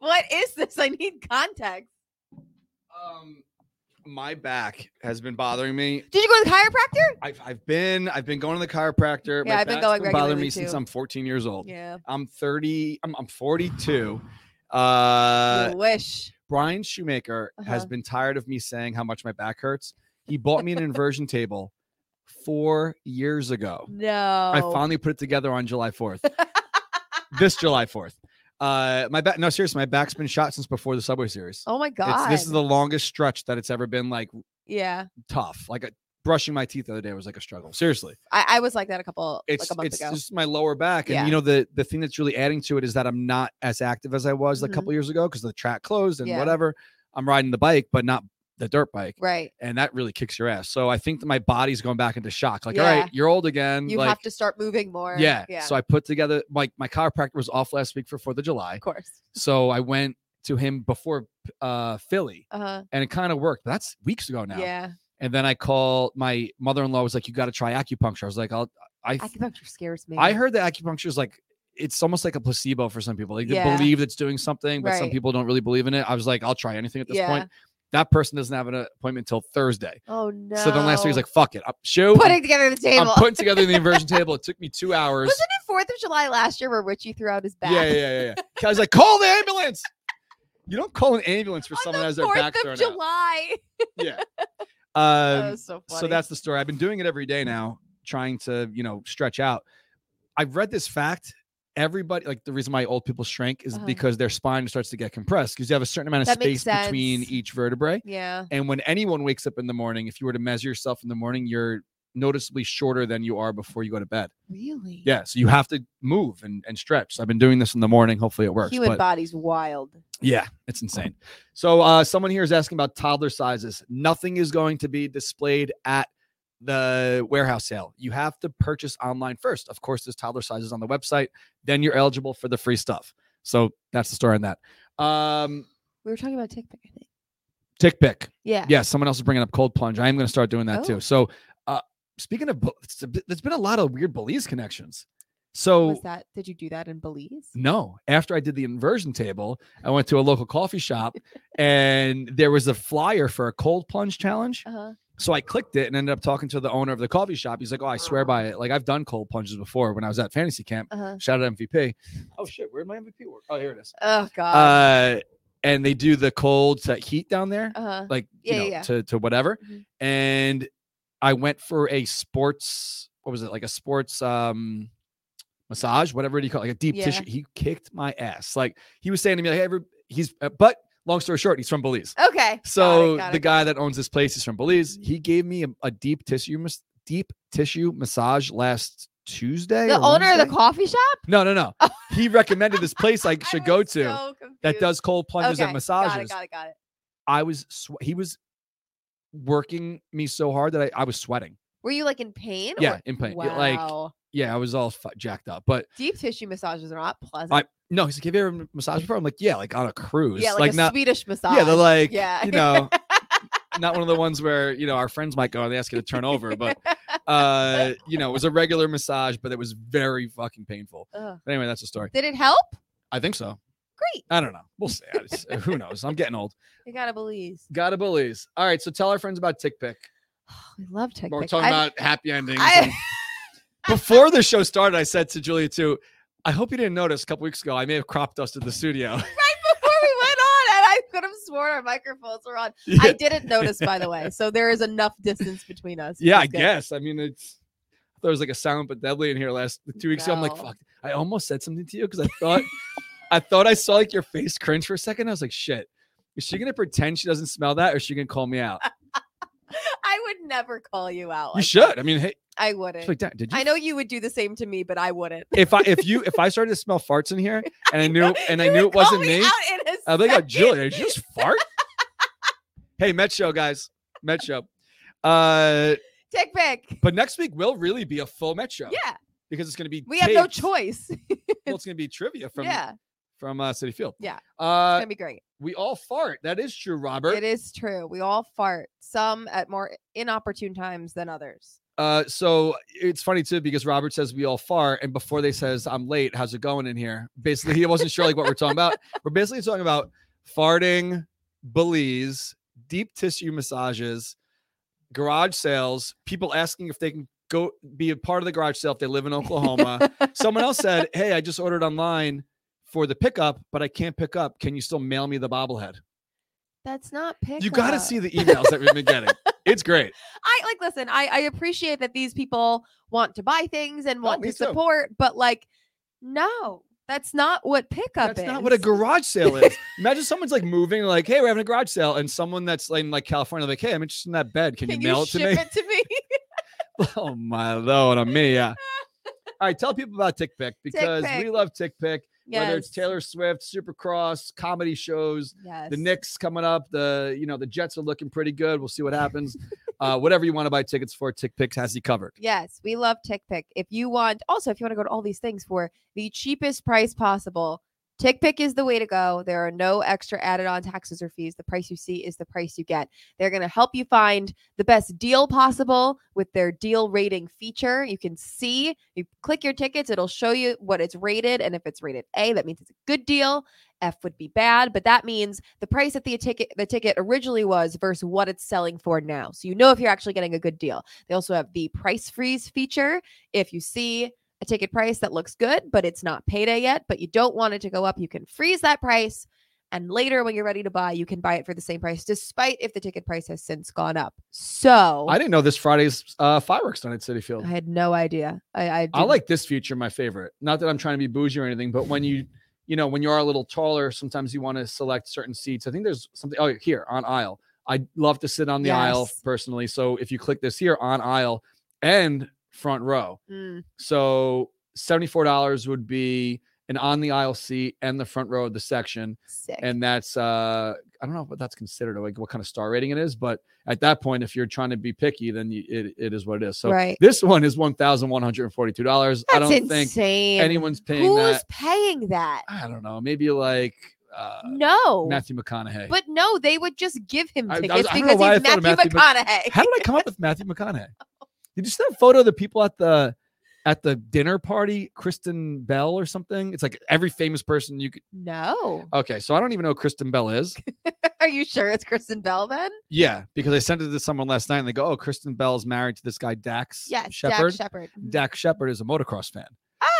Speaker 2: What is this? I need context.
Speaker 1: Um, my back has been bothering me.
Speaker 2: Did you go to the chiropractor?
Speaker 1: I've, I've been I've been going to the chiropractor.
Speaker 2: Yeah, I've been
Speaker 1: back's
Speaker 2: going
Speaker 1: bothering
Speaker 2: regularly,
Speaker 1: me since
Speaker 2: too.
Speaker 1: I'm 14 years old.
Speaker 2: Yeah.
Speaker 1: I'm 30. I'm, I'm 42. Uh,
Speaker 2: you wish.
Speaker 1: Brian Shoemaker has
Speaker 2: Uh-huh.
Speaker 1: been tired of me saying how much my back hurts. He bought me an inversion table four years ago.
Speaker 2: No.
Speaker 1: I finally put it together on July 4th. this July 4th. Uh, my back. No, seriously, my back's been shot since before the Subway Series.
Speaker 2: oh my
Speaker 1: It's-
Speaker 2: god.
Speaker 1: this is the longest stretch that it's ever been like
Speaker 2: yeah.
Speaker 1: tough. Like uh, brushing my teeth the other day was like a struggle. Seriously,
Speaker 2: I, I was like that a couple
Speaker 1: it's
Speaker 2: like a month
Speaker 1: it's
Speaker 2: ago.
Speaker 1: just my lower back, and
Speaker 2: Yeah.
Speaker 1: you know the the thing that's really adding to it is that I'm not as active as I was a
Speaker 2: Mhm.
Speaker 1: couple years ago because the track closed and
Speaker 2: Yeah.
Speaker 1: whatever. I'm riding the bike, but not the dirt bike.
Speaker 2: right.
Speaker 1: And that really kicks your ass. So I think that my body's going back into shock. Like, all
Speaker 2: Yeah.
Speaker 1: right, you're old again.
Speaker 2: You
Speaker 1: like,
Speaker 2: have to start moving more.
Speaker 1: yeah.
Speaker 2: Yeah.
Speaker 1: So I put together like my chiropractor was off last week for Fourth of July.
Speaker 2: of course.
Speaker 1: So I went to him before uh Philly
Speaker 2: Uh-huh.
Speaker 1: and it kind of worked. but That's weeks ago now.
Speaker 2: Yeah.
Speaker 1: And then I called my mother-in-law was like, You gotta try acupuncture. I was like, I'll I th-
Speaker 2: Acupuncture scares me.
Speaker 1: I heard that acupuncture is like it's almost like a placebo for some people. Like they
Speaker 2: Yeah.
Speaker 1: believe it's doing something, but some
Speaker 2: Right.
Speaker 1: people don't really believe in it. I was like, I'll try anything at this
Speaker 2: Yeah.
Speaker 1: point. That person doesn't have an appointment until Thursday.
Speaker 2: Oh no.
Speaker 1: So then last week he's like, fuck it. I'm show I'm-
Speaker 2: putting together the
Speaker 1: I'm,
Speaker 2: table.
Speaker 1: putting together the inversion table. It took me two hours.
Speaker 2: Wasn't it Fourth of July last year where Richie threw out his back?
Speaker 1: Yeah, yeah, yeah, yeah. 'Cause I was like, call the ambulance. You don't call an ambulance for someone that
Speaker 2: On
Speaker 1: has
Speaker 2: the
Speaker 1: their back
Speaker 2: Fourth
Speaker 1: thrown
Speaker 2: of
Speaker 1: out.
Speaker 2: July. that
Speaker 1: Um,
Speaker 2: was so funny.
Speaker 1: so that's the story. I've been doing it every day now, trying to you know stretch out. I've read this fact. Everybody, like the reason why old people shrink is
Speaker 2: Uh-huh.
Speaker 1: because their spine starts to get compressed because you have a certain amount of
Speaker 2: That makes
Speaker 1: space between
Speaker 2: sense.
Speaker 1: each vertebrae.
Speaker 2: yeah.
Speaker 1: And when anyone wakes up in the morning, if you were to measure yourself in the morning, you're noticeably shorter than you are before you go to bed.
Speaker 2: Really?
Speaker 1: Yeah. So you have to move and, and stretch. So I've been doing this in the morning. Hopefully it works.
Speaker 2: Human
Speaker 1: but-
Speaker 2: body's wild.
Speaker 1: Yeah, it's insane. So uh someone here is asking about toddler sizes. Nothing is going to be displayed at the warehouse sale. You have to purchase online first. Of course, there's toddler sizes on the website. Then you're eligible for the free stuff. So that's the story on that. Um
Speaker 2: We were talking about TikTok, I think.
Speaker 1: tick pick.
Speaker 2: Yeah.
Speaker 1: Yeah, someone else is bringing up cold plunge. I am going to start doing that
Speaker 2: Oh.
Speaker 1: too. So uh speaking of Bel- it's a bit- there's been a lot of weird Belize connections. So
Speaker 2: Was that? Did you do that in Belize?
Speaker 1: No. After I did the inversion table, I went to a local coffee shop and there was a flyer for a cold plunge challenge.
Speaker 2: Uh-huh.
Speaker 1: So I clicked it and ended up talking to the owner of the coffee shop. He's like, "Oh, I swear by it. Like I've done cold punches before when I was at fantasy camp."
Speaker 2: Uh-huh.
Speaker 1: Shout out MVP. Oh shit, where'd my MVP work? Oh, here it is.
Speaker 2: Oh God.
Speaker 1: Uh, and they do the cold to heat down there,
Speaker 2: Uh, huh
Speaker 1: like
Speaker 2: yeah,
Speaker 1: you know,
Speaker 2: yeah.
Speaker 1: to to whatever.
Speaker 2: Mhm.
Speaker 1: And I went for a sports. What was it like a sports um massage? Whatever you call it, like a deep
Speaker 2: Yeah.
Speaker 1: tissue. He kicked my ass. Like he was saying to me, like, "Hey, every, he's." uh, But long story short, he's from Belize.
Speaker 2: Okay. got
Speaker 1: So
Speaker 2: it, got
Speaker 1: the
Speaker 2: it.
Speaker 1: guy that owns this place is from Belize.
Speaker 2: Mhm.
Speaker 1: He gave me a, a deep tissue mas- deep tissue massage last Tuesday.
Speaker 2: the
Speaker 1: or
Speaker 2: owner of the
Speaker 1: Wednesday?
Speaker 2: coffee shop
Speaker 1: No, no, no. he recommended this place I
Speaker 2: I
Speaker 1: should go
Speaker 2: was
Speaker 1: to
Speaker 2: so
Speaker 1: that
Speaker 2: confused.
Speaker 1: does cold plunges
Speaker 2: okay.
Speaker 1: and massages.
Speaker 2: Got it. Got it. Got it.
Speaker 1: I was swe- he was working me so hard that I, I was sweating.
Speaker 2: Were you like in pain?
Speaker 1: Yeah,
Speaker 2: Or?
Speaker 1: in pain. Yeah, Like
Speaker 2: Wow.
Speaker 1: yeah, I was all fu- jacked up. But
Speaker 2: deep tissue massages are not pleasant.
Speaker 1: I- no, he's like, have you ever massage before? I'm like, yeah, like on a cruise.
Speaker 2: yeah, like, a
Speaker 1: not
Speaker 2: Swedish massage.
Speaker 1: yeah, they're like
Speaker 2: Yeah.
Speaker 1: you know, not one of the ones where you know our friends might go and they ask you to turn over, but uh, you know, it was a regular massage, but it was very fucking painful.
Speaker 2: Ugh.
Speaker 1: But anyway, that's the story.
Speaker 2: Did it help?
Speaker 1: I think so.
Speaker 2: Great.
Speaker 1: I don't know. We'll see. I just- who knows? I'm getting old.
Speaker 2: I gotta believe.
Speaker 1: Gotta Bullies. All right, so tell our friends about Tick Pick.
Speaker 2: we love TikTok.
Speaker 1: We're talking about happy endings. and-
Speaker 2: I,
Speaker 1: before the show started, I said to Julia too, I hope you didn't notice a couple weeks ago, I may have crop dusted the studio.
Speaker 2: before we went on, and I could have sworn our microphones were on. I didn't notice, by the way. So there is enough distance between us.
Speaker 1: yeah,
Speaker 2: which
Speaker 1: I
Speaker 2: is good.
Speaker 1: guess. I mean, it's I thought it was like a silent but deadly in here last two weeks ago. I'm like,
Speaker 2: No.
Speaker 1: fuck, I almost said something to you because I thought I thought I saw like your face cringe for a second. I was like, shit. Is she gonna pretend she doesn't smell that or is she gonna call me out?
Speaker 2: I would never call you out.
Speaker 1: You
Speaker 2: like
Speaker 1: should. I mean, hey,
Speaker 2: that. I
Speaker 1: it's
Speaker 2: wouldn't.
Speaker 1: like, "Dad, did you
Speaker 2: I know you would do the same to me, but I wouldn't.
Speaker 1: if I if you if I started to smell farts in here and I knew and I knew it wasn't me, Uh, I
Speaker 2: I
Speaker 1: think I Julia, did you just fart? hey, Met Show guys. Met Show. Uh
Speaker 2: Tick pick.
Speaker 1: but next week will really be a full Met Show.
Speaker 2: Yeah,
Speaker 1: Because it's gonna be
Speaker 2: we have no
Speaker 1: taped.
Speaker 2: choice.
Speaker 1: Well, it's gonna be trivia from
Speaker 2: yeah, it's
Speaker 1: from uh, City Field.
Speaker 2: Yeah.
Speaker 1: Uh
Speaker 2: gonna be great.
Speaker 1: we all fart. That is true, Robert.
Speaker 2: It is true. We all fart, some at more inopportune times than others.
Speaker 1: Uh so it's funny too because Robert says we all fart, and before they says I'm late, how's it going in here? Basically, he wasn't sure like what we're talking about. We're basically talking about farting, Belize, deep tissue massages, garage sales, people asking if they can go be a part of the garage sale if they live in Oklahoma. Someone else said, Hey, I just ordered online for the pickup, but I can't pick up. Can you still mail me the bobblehead?
Speaker 2: That's not pick.
Speaker 1: You got to see the emails that we've been getting. It's great.
Speaker 2: I like listen, I I appreciate that these people want to buy things and want
Speaker 1: me
Speaker 2: to
Speaker 1: too.
Speaker 2: support, but like no, that's not what pickup
Speaker 1: That's
Speaker 2: is.
Speaker 1: not what a garage sale is. Imagine someone's like moving, like, hey, we're having a garage sale, and someone that's in like California, like, hey, I'm interested in that bed. Can, you, mail it to me?
Speaker 2: ship it to me?
Speaker 1: oh my lord, on me, yeah. All right, tell people about Tick Pick because
Speaker 2: Pick.
Speaker 1: we love Tick Pick.
Speaker 2: yes.
Speaker 1: Whether it's Taylor Swift, Supercross, comedy shows,
Speaker 2: yes.
Speaker 1: the Knicks coming up, the you know the Jets are looking pretty good. We'll see what happens. uh, whatever you want to buy tickets for, Tick Pick has you covered.
Speaker 2: Yes, we love Tick Pick. If you want, also, if you want to go to all these things for the cheapest price possible, Tick Pick is the way to go. There are no extra added on taxes or fees. The price you see is the price you get. They're going to help you find the best deal possible with their deal rating feature. You can see, you click your tickets, it'll show you what it's rated. And if it's rated A, that means it's a good deal. F would be bad, but that means the price that the ticket the ticket originally was versus what it's selling for now. So you know if you're actually getting a good deal. They also have the price freeze feature. If you see a ticket price that looks good, but it's not payday yet, but you don't want it to go up, you can freeze that price. And later, when you're ready to buy, you can buy it for the same price, despite if the ticket price has since gone up. So
Speaker 1: I
Speaker 2: I,
Speaker 1: didn't know this Friday's uh, fireworks done at City Field.
Speaker 2: had no idea. I, I,
Speaker 1: I
Speaker 2: didn't-
Speaker 1: like this feature, my favorite. Not that I'm trying to be bougie or anything, but when you, you know, when you are a little taller, sometimes you want to select certain seats. I think there's something. Oh, here on aisle. I love to sit on the aisle
Speaker 2: Yes.
Speaker 1: personally. So if you click this here on aisle and front row,
Speaker 2: Mm,
Speaker 1: so seventy four dollars would be an on the aisle seat and the front row of the section,
Speaker 2: sick.
Speaker 1: and that's uh I don't know what that's considered or like what kind of star rating it is, but at that point, if you're trying to be picky, then you, it it is what it is. So.
Speaker 2: right.
Speaker 1: This one is one thousand one hundred forty-two dollars. I
Speaker 2: That's
Speaker 1: don't think
Speaker 2: insane.
Speaker 1: anyone's paying
Speaker 2: Who's
Speaker 1: that.
Speaker 2: paying that?
Speaker 1: I don't know. Maybe like uh,
Speaker 2: no.
Speaker 1: Matthew McConaughey.
Speaker 2: but no, they would just give him
Speaker 1: I- I was-
Speaker 2: tickets
Speaker 1: I don't know
Speaker 2: because
Speaker 1: why I
Speaker 2: he's
Speaker 1: thought
Speaker 2: Matthew,
Speaker 1: of Matthew Mc-
Speaker 2: McConaughey.
Speaker 1: How did I come up with Matthew McConaughey? Did you see that photo of the people at the at the dinner party, Kristen Bell or something. It's like every famous person you could.
Speaker 2: No.
Speaker 1: Okay, so I don't even know who Kristen Bell is.
Speaker 2: Are you sure it's Kristen Bell then?
Speaker 1: Yeah, because I sent it to someone last night and they go, "Oh, Kristen Bell is married to this guy Dax
Speaker 2: Yes.
Speaker 1: Shepard."
Speaker 2: Dax Shepard. Mhm.
Speaker 1: Dax Shepard is a motocross fan.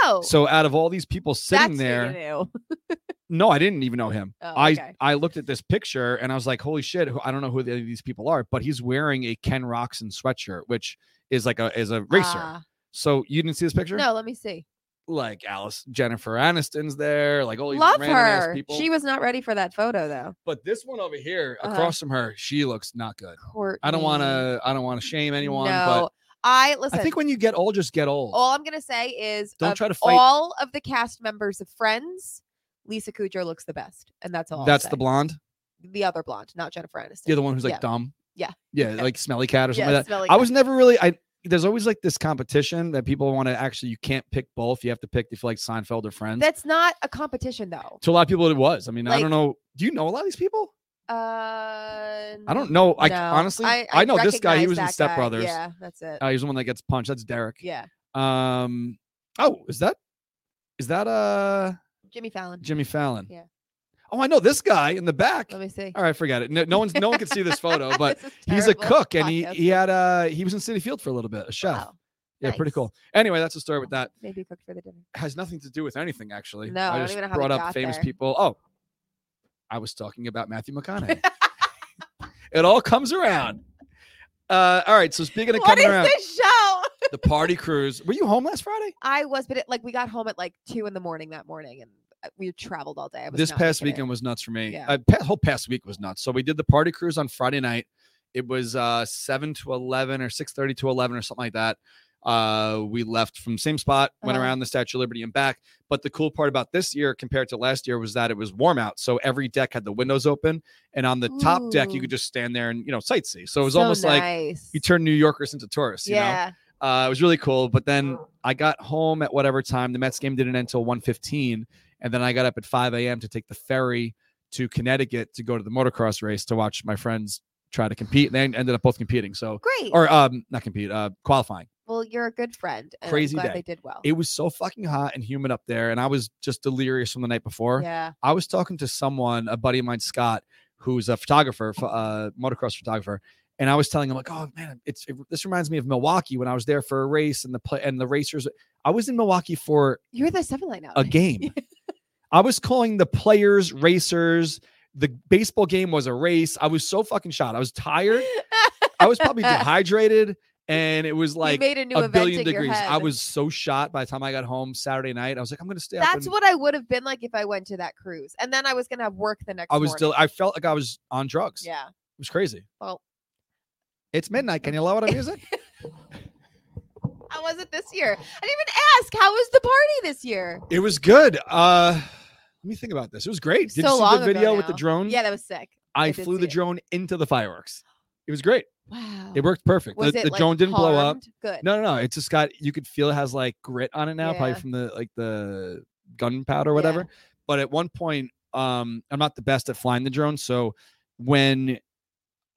Speaker 2: Oh.
Speaker 1: So out of all these people sitting
Speaker 2: that's who you
Speaker 1: there,
Speaker 2: knew.
Speaker 1: no, I didn't even know him.
Speaker 2: Oh,
Speaker 1: I
Speaker 2: okay.
Speaker 1: I looked at this picture and I was like, "Holy shit! who- I don't know who the, these people are." But he's wearing a Ken Roxon sweatshirt, which is like a is a racer.
Speaker 2: Ah,
Speaker 1: so you didn't see this picture?
Speaker 2: no, let me see.
Speaker 1: Like Alice Jennifer Aniston's there, like all these
Speaker 2: Love
Speaker 1: random ass
Speaker 2: her.
Speaker 1: people.
Speaker 2: She was not ready for that photo though.
Speaker 1: but this one over here,
Speaker 2: Uh-huh.
Speaker 1: across from her, she looks not good.
Speaker 2: Court.
Speaker 1: I don't want to. I don't want to shame anyone,
Speaker 2: No. I listen.
Speaker 1: but I think when you get old, just get old.
Speaker 2: all I'm gonna say is
Speaker 1: Don't
Speaker 2: of
Speaker 1: try to fight-
Speaker 2: all of the cast members of Friends. Lisa Kudrow looks the best, and that's all. I'll
Speaker 1: That's
Speaker 2: say.
Speaker 1: the blonde.
Speaker 2: the other blonde, not Jennifer Aniston.
Speaker 1: The other one who's like
Speaker 2: Yeah.
Speaker 1: dumb.
Speaker 2: Yeah.
Speaker 1: Yeah,
Speaker 2: Yeah.
Speaker 1: like smelly cat or something
Speaker 2: Yeah,
Speaker 1: like that.
Speaker 2: smelly
Speaker 1: I
Speaker 2: cat.
Speaker 1: was never really. I there's always like this competition that people want to actually. You can't pick both. You have to pick if you like Seinfeld or Friends.
Speaker 2: That's not a competition though.
Speaker 1: to a lot of people, it was. I mean, I
Speaker 2: Like-
Speaker 1: don't know. Do you know a lot of these people?
Speaker 2: Uh,
Speaker 1: I don't know. I c-
Speaker 2: no.
Speaker 1: honestly, I, know this guy. He
Speaker 2: recognize
Speaker 1: was in
Speaker 2: that
Speaker 1: Step
Speaker 2: guy.
Speaker 1: Brothers.
Speaker 2: Yeah, that's it.
Speaker 1: Uh, he's the one that gets punched. That's Derek.
Speaker 2: yeah,
Speaker 1: Um. Oh, is that? Is that uh
Speaker 2: Jimmy Fallon.
Speaker 1: Jimmy Fallon?
Speaker 2: Yeah.
Speaker 1: Oh, I know this guy in the back.
Speaker 2: Let me see.
Speaker 1: All right, forget it. No, no one's no one can see this photo, but
Speaker 2: This is
Speaker 1: he's a
Speaker 2: terrible
Speaker 1: cook and he
Speaker 2: podcast.
Speaker 1: he had uh he was in City Field for a little bit, a chef.
Speaker 2: Wow,
Speaker 1: yeah, pretty
Speaker 2: nice.
Speaker 1: cool. Anyway, that's the story with that.
Speaker 2: Maybe cook for the dinner.
Speaker 1: Has nothing to do with anything actually.
Speaker 2: No, I don't
Speaker 1: just
Speaker 2: even know how we
Speaker 1: brought up
Speaker 2: got
Speaker 1: famous
Speaker 2: there.
Speaker 1: people. Oh, I was talking about Matthew McConaughey. it all comes around. Uh, all right, so speaking of
Speaker 2: What
Speaker 1: coming
Speaker 2: is
Speaker 1: around,
Speaker 2: this show?
Speaker 1: the party cruise. Were you home last Friday?
Speaker 2: I was, but it, like we got home at like two in the morning that morning, and uh, we traveled all day. I was
Speaker 1: This
Speaker 2: not
Speaker 1: past
Speaker 2: making it.
Speaker 1: weekend was nuts for me.
Speaker 2: Yeah.
Speaker 1: Uh, pa- whole past week was nuts. So we did the party cruise on Friday night. It was uh, seven to eleven or six thirty to eleven or something like that. Uh, we left from same spot, went
Speaker 2: Uh-huh.
Speaker 1: around the Statue of Liberty and back. But the cool part about this year compared to last year was that it was warm out, so every deck had the windows open, and on the top deck you
Speaker 2: Ooh.
Speaker 1: could just stand there and you know sightsee. So it was
Speaker 2: So
Speaker 1: almost like
Speaker 2: nice.
Speaker 1: you turn New Yorkers into tourists. You know?
Speaker 2: yeah.
Speaker 1: Uh, it was really cool. But then I got home at whatever time. The Mets game didn't end until 1.15. And then I got up at 5 a.m. to take the ferry to Connecticut to go to the motocross race to watch my friends try to compete. And they ended up both competing. So,
Speaker 2: Great.
Speaker 1: or um, not compete, uh, qualifying.
Speaker 2: well, you're a good friend. And
Speaker 1: Crazy
Speaker 2: I'm glad
Speaker 1: day.
Speaker 2: they did well.
Speaker 1: It was so fucking hot and humid up there. And I was just delirious from the night before.
Speaker 2: yeah.
Speaker 1: I was talking to someone, a buddy of mine, Scott, who's a photographer, pho- uh, motocross photographer, and I was telling him like, "Oh man, it's it, this reminds me of Milwaukee when I was there for a race and the play and the racers. I was in Milwaukee for
Speaker 2: You're the seven line out.
Speaker 1: a game. I was calling the players racers. The baseball game was a race. I was so fucking shot. I was tired. I was probably dehydrated, and it was
Speaker 2: you
Speaker 1: like."
Speaker 2: made a new
Speaker 1: A
Speaker 2: event
Speaker 1: billion
Speaker 2: in your
Speaker 1: degrees. I
Speaker 2: head.
Speaker 1: was so shot by the time I got home Saturday night. I was like, I'm gonna stay up.
Speaker 2: That's
Speaker 1: and-
Speaker 2: what I would have been like if I went to that cruise, and then I was gonna have work the next.
Speaker 1: I was.
Speaker 2: morning.
Speaker 1: Del- I felt like I was on drugs.
Speaker 2: Yeah.
Speaker 1: It was crazy.
Speaker 2: Well-
Speaker 1: it's midnight. Can you allow it on music?
Speaker 2: How was it this year? I didn't even ask. How was the party this year?
Speaker 1: it was good. Uh, let me think about this. It was great. Did
Speaker 2: So
Speaker 1: you see
Speaker 2: long
Speaker 1: the
Speaker 2: ago
Speaker 1: video with the
Speaker 2: now.
Speaker 1: drone?
Speaker 2: Yeah, that was sick.
Speaker 1: I,
Speaker 2: I did
Speaker 1: flew the
Speaker 2: see it.
Speaker 1: drone into the fireworks. It was great.
Speaker 2: Wow.
Speaker 1: It worked perfect.
Speaker 2: Was
Speaker 1: the
Speaker 2: it,
Speaker 1: the
Speaker 2: like,
Speaker 1: drone didn't blow up.
Speaker 2: harmed? Good.
Speaker 1: No, no, no. It's just got you could feel it has like grit on it now,
Speaker 2: Yeah.
Speaker 1: probably from the like the gunpowder or
Speaker 2: Yeah.
Speaker 1: whatever. But at one point, um, I'm not the best at flying the drone. So when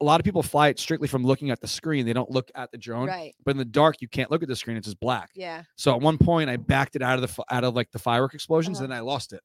Speaker 1: a lot of people fly it strictly from looking at the screen, they don't look at the drone.
Speaker 2: Right.
Speaker 1: But in the dark, you can't look at the screen, it's just black.
Speaker 2: Yeah.
Speaker 1: So at one point, I backed it out of the fi- out of like the firework explosions,
Speaker 2: Uh-huh.
Speaker 1: and I lost it.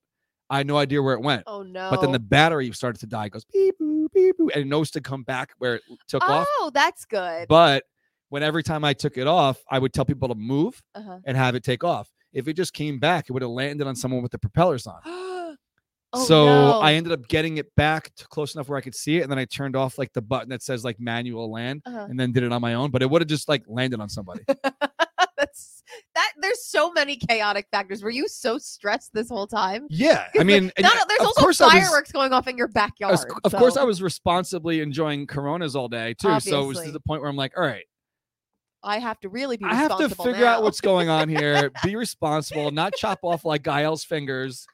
Speaker 1: I had no idea where it went.
Speaker 2: Oh no.
Speaker 1: But then the battery started to die. It goes beep boop beep boop, and it knows to come back where it took
Speaker 2: oh,
Speaker 1: off.
Speaker 2: that's good.
Speaker 1: But when every time I took it off, I would tell people to move
Speaker 2: Uh-huh.
Speaker 1: and have it take off. If it just came back, it would have landed on someone with the propellers on.
Speaker 2: oh,
Speaker 1: so
Speaker 2: no.
Speaker 1: I ended up getting it back to close enough where I could see it, and then I turned off like the button that says like manual land,
Speaker 2: Uh-huh.
Speaker 1: and then did it on my own. But it would have just like landed on somebody.
Speaker 2: That's that. There's so many chaotic factors. Were you so stressed this whole time?
Speaker 1: yeah, I
Speaker 2: Like,
Speaker 1: mean, and
Speaker 2: No, no, there's
Speaker 1: of course I
Speaker 2: also
Speaker 1: was-
Speaker 2: fireworks going off in your
Speaker 1: I
Speaker 2: backyard.
Speaker 1: was- of course,
Speaker 2: so
Speaker 1: I was responsibly enjoying Coronas all day too. So it was to
Speaker 2: Obviously.
Speaker 1: the point where I'm like, all right,
Speaker 2: I have to really be.
Speaker 1: I have to
Speaker 2: responsible
Speaker 1: figure out
Speaker 2: now.
Speaker 1: what's going on here. Be responsible, not chop off like Gael's fingers,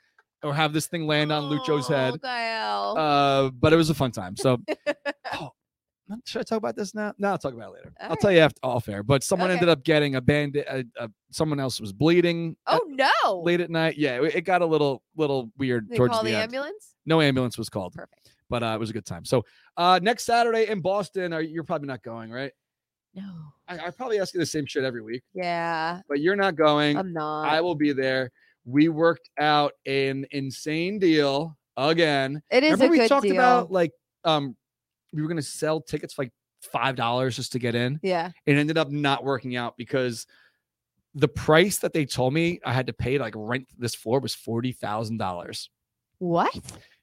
Speaker 1: or have this thing land on Lucho's head.
Speaker 2: Oh, Gael.
Speaker 1: Uh, but it was a fun time. So, oh, not- should I talk about this now? No, I'll talk about it later. I'll
Speaker 2: All
Speaker 1: tell you after off air. But someone
Speaker 2: Okay.
Speaker 1: ended up getting a bandit. Uh, uh, someone else was bleeding. at-
Speaker 2: oh no!
Speaker 1: Late at night, yeah, it it got a little little weird
Speaker 2: they
Speaker 1: towards
Speaker 2: call
Speaker 1: the,
Speaker 2: the
Speaker 1: end.
Speaker 2: ambulance.
Speaker 1: no ambulance was called.
Speaker 2: Perfect.
Speaker 1: but uh, it was a good time. So uh, next Saturday in Boston, are, you're probably not going, right?
Speaker 2: No.
Speaker 1: I, I probably ask you the same shit every week,
Speaker 2: Yeah.
Speaker 1: but you're not going.
Speaker 2: I'm not.
Speaker 1: I will be there. We worked out an insane deal again.
Speaker 2: it is
Speaker 1: Remember
Speaker 2: a
Speaker 1: we
Speaker 2: good
Speaker 1: talked
Speaker 2: deal.
Speaker 1: about like um we were gonna sell tickets for like five dollars just to get in.
Speaker 2: yeah.
Speaker 1: It ended up not working out because the price that they told me I had to pay to like rent this floor was forty thousand dollars.
Speaker 2: What?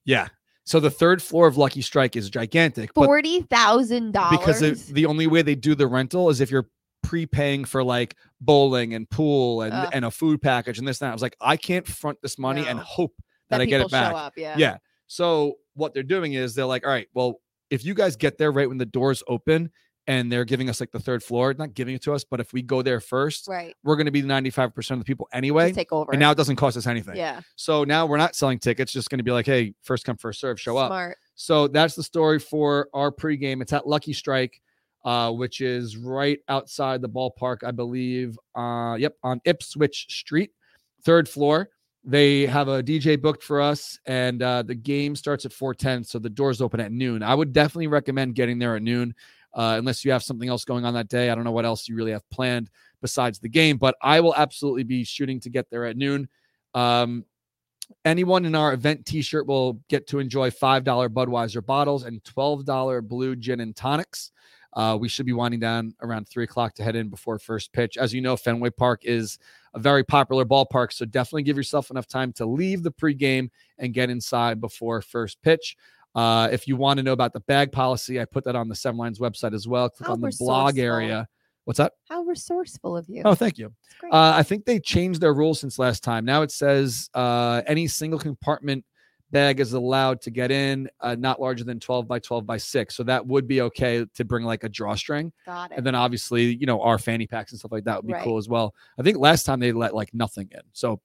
Speaker 1: Yeah. So the third floor of Lucky Strike is gigantic, but
Speaker 2: Forty thousand dollars.
Speaker 1: because it, the only way they do the rental is if you're prepaying for like bowling and pool and
Speaker 2: Ugh.
Speaker 1: and a food package and this and that. I was like, I can't front this money and
Speaker 2: No.
Speaker 1: hope that, I get it back.
Speaker 2: Show up, yeah.
Speaker 1: Yeah. So what they're doing is they're like, all right, well, if you guys get there right when the doors open and they're giving us like the third floor, not giving it to us, but if we go there first,
Speaker 2: Right.
Speaker 1: we're going to be 95% of the people anyway.
Speaker 2: Just take over.
Speaker 1: And now it doesn't cost us anything.
Speaker 2: yeah.
Speaker 1: So now we're not selling tickets, just going to be like, hey, first come, first serve, show up.
Speaker 2: Smart.
Speaker 1: So that's the story for our pregame. It's at Lucky Strike, uh, which is right outside the ballpark, I believe. Uh, yep, on Ipswich Street, third floor. They have a DJ booked for us, and uh, the game starts at 4:10, so the doors open at noon. I would definitely recommend getting there at noon, uh, unless you have something else going on that day. I don't know what else you really have planned besides the game, but I will absolutely be shooting to get there at noon. Um, Anyone in our event t-shirt will get to enjoy $5 Budweiser bottles and $12 blue gin and tonics. Uh, we should be winding down around three o'clock to head in before first pitch. As you know, Fenway Park is a very popular ballpark, so definitely give yourself enough time to leave the pregame and get inside before first pitch. Uh, if you want to know about the bag policy, I put that on the Seven Lines website as well. Click
Speaker 2: How
Speaker 1: on the blog
Speaker 2: resourceful.
Speaker 1: area. What's that?
Speaker 2: How resourceful of you.
Speaker 1: Oh, thank you.
Speaker 2: It's great.
Speaker 1: Uh, I think they changed their rules since last time. Now it says uh, any single compartment bag is allowed to get in, uh, not larger than 12 by 12 by 6. So that would be okay to bring like a drawstring.
Speaker 2: Got it.
Speaker 1: And then obviously, you know, our fanny packs and stuff like that would be
Speaker 2: Right.
Speaker 1: cool as well. I think last time they let like nothing in. So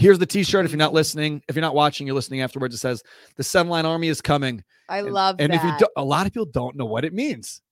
Speaker 1: here's the t shirt. If you're not listening, if you're not watching, you're listening afterwards, it says the Seven Line Army is coming.
Speaker 2: I
Speaker 1: And-
Speaker 2: love
Speaker 1: And
Speaker 2: that.
Speaker 1: if you do, a lot of people don't know what it means.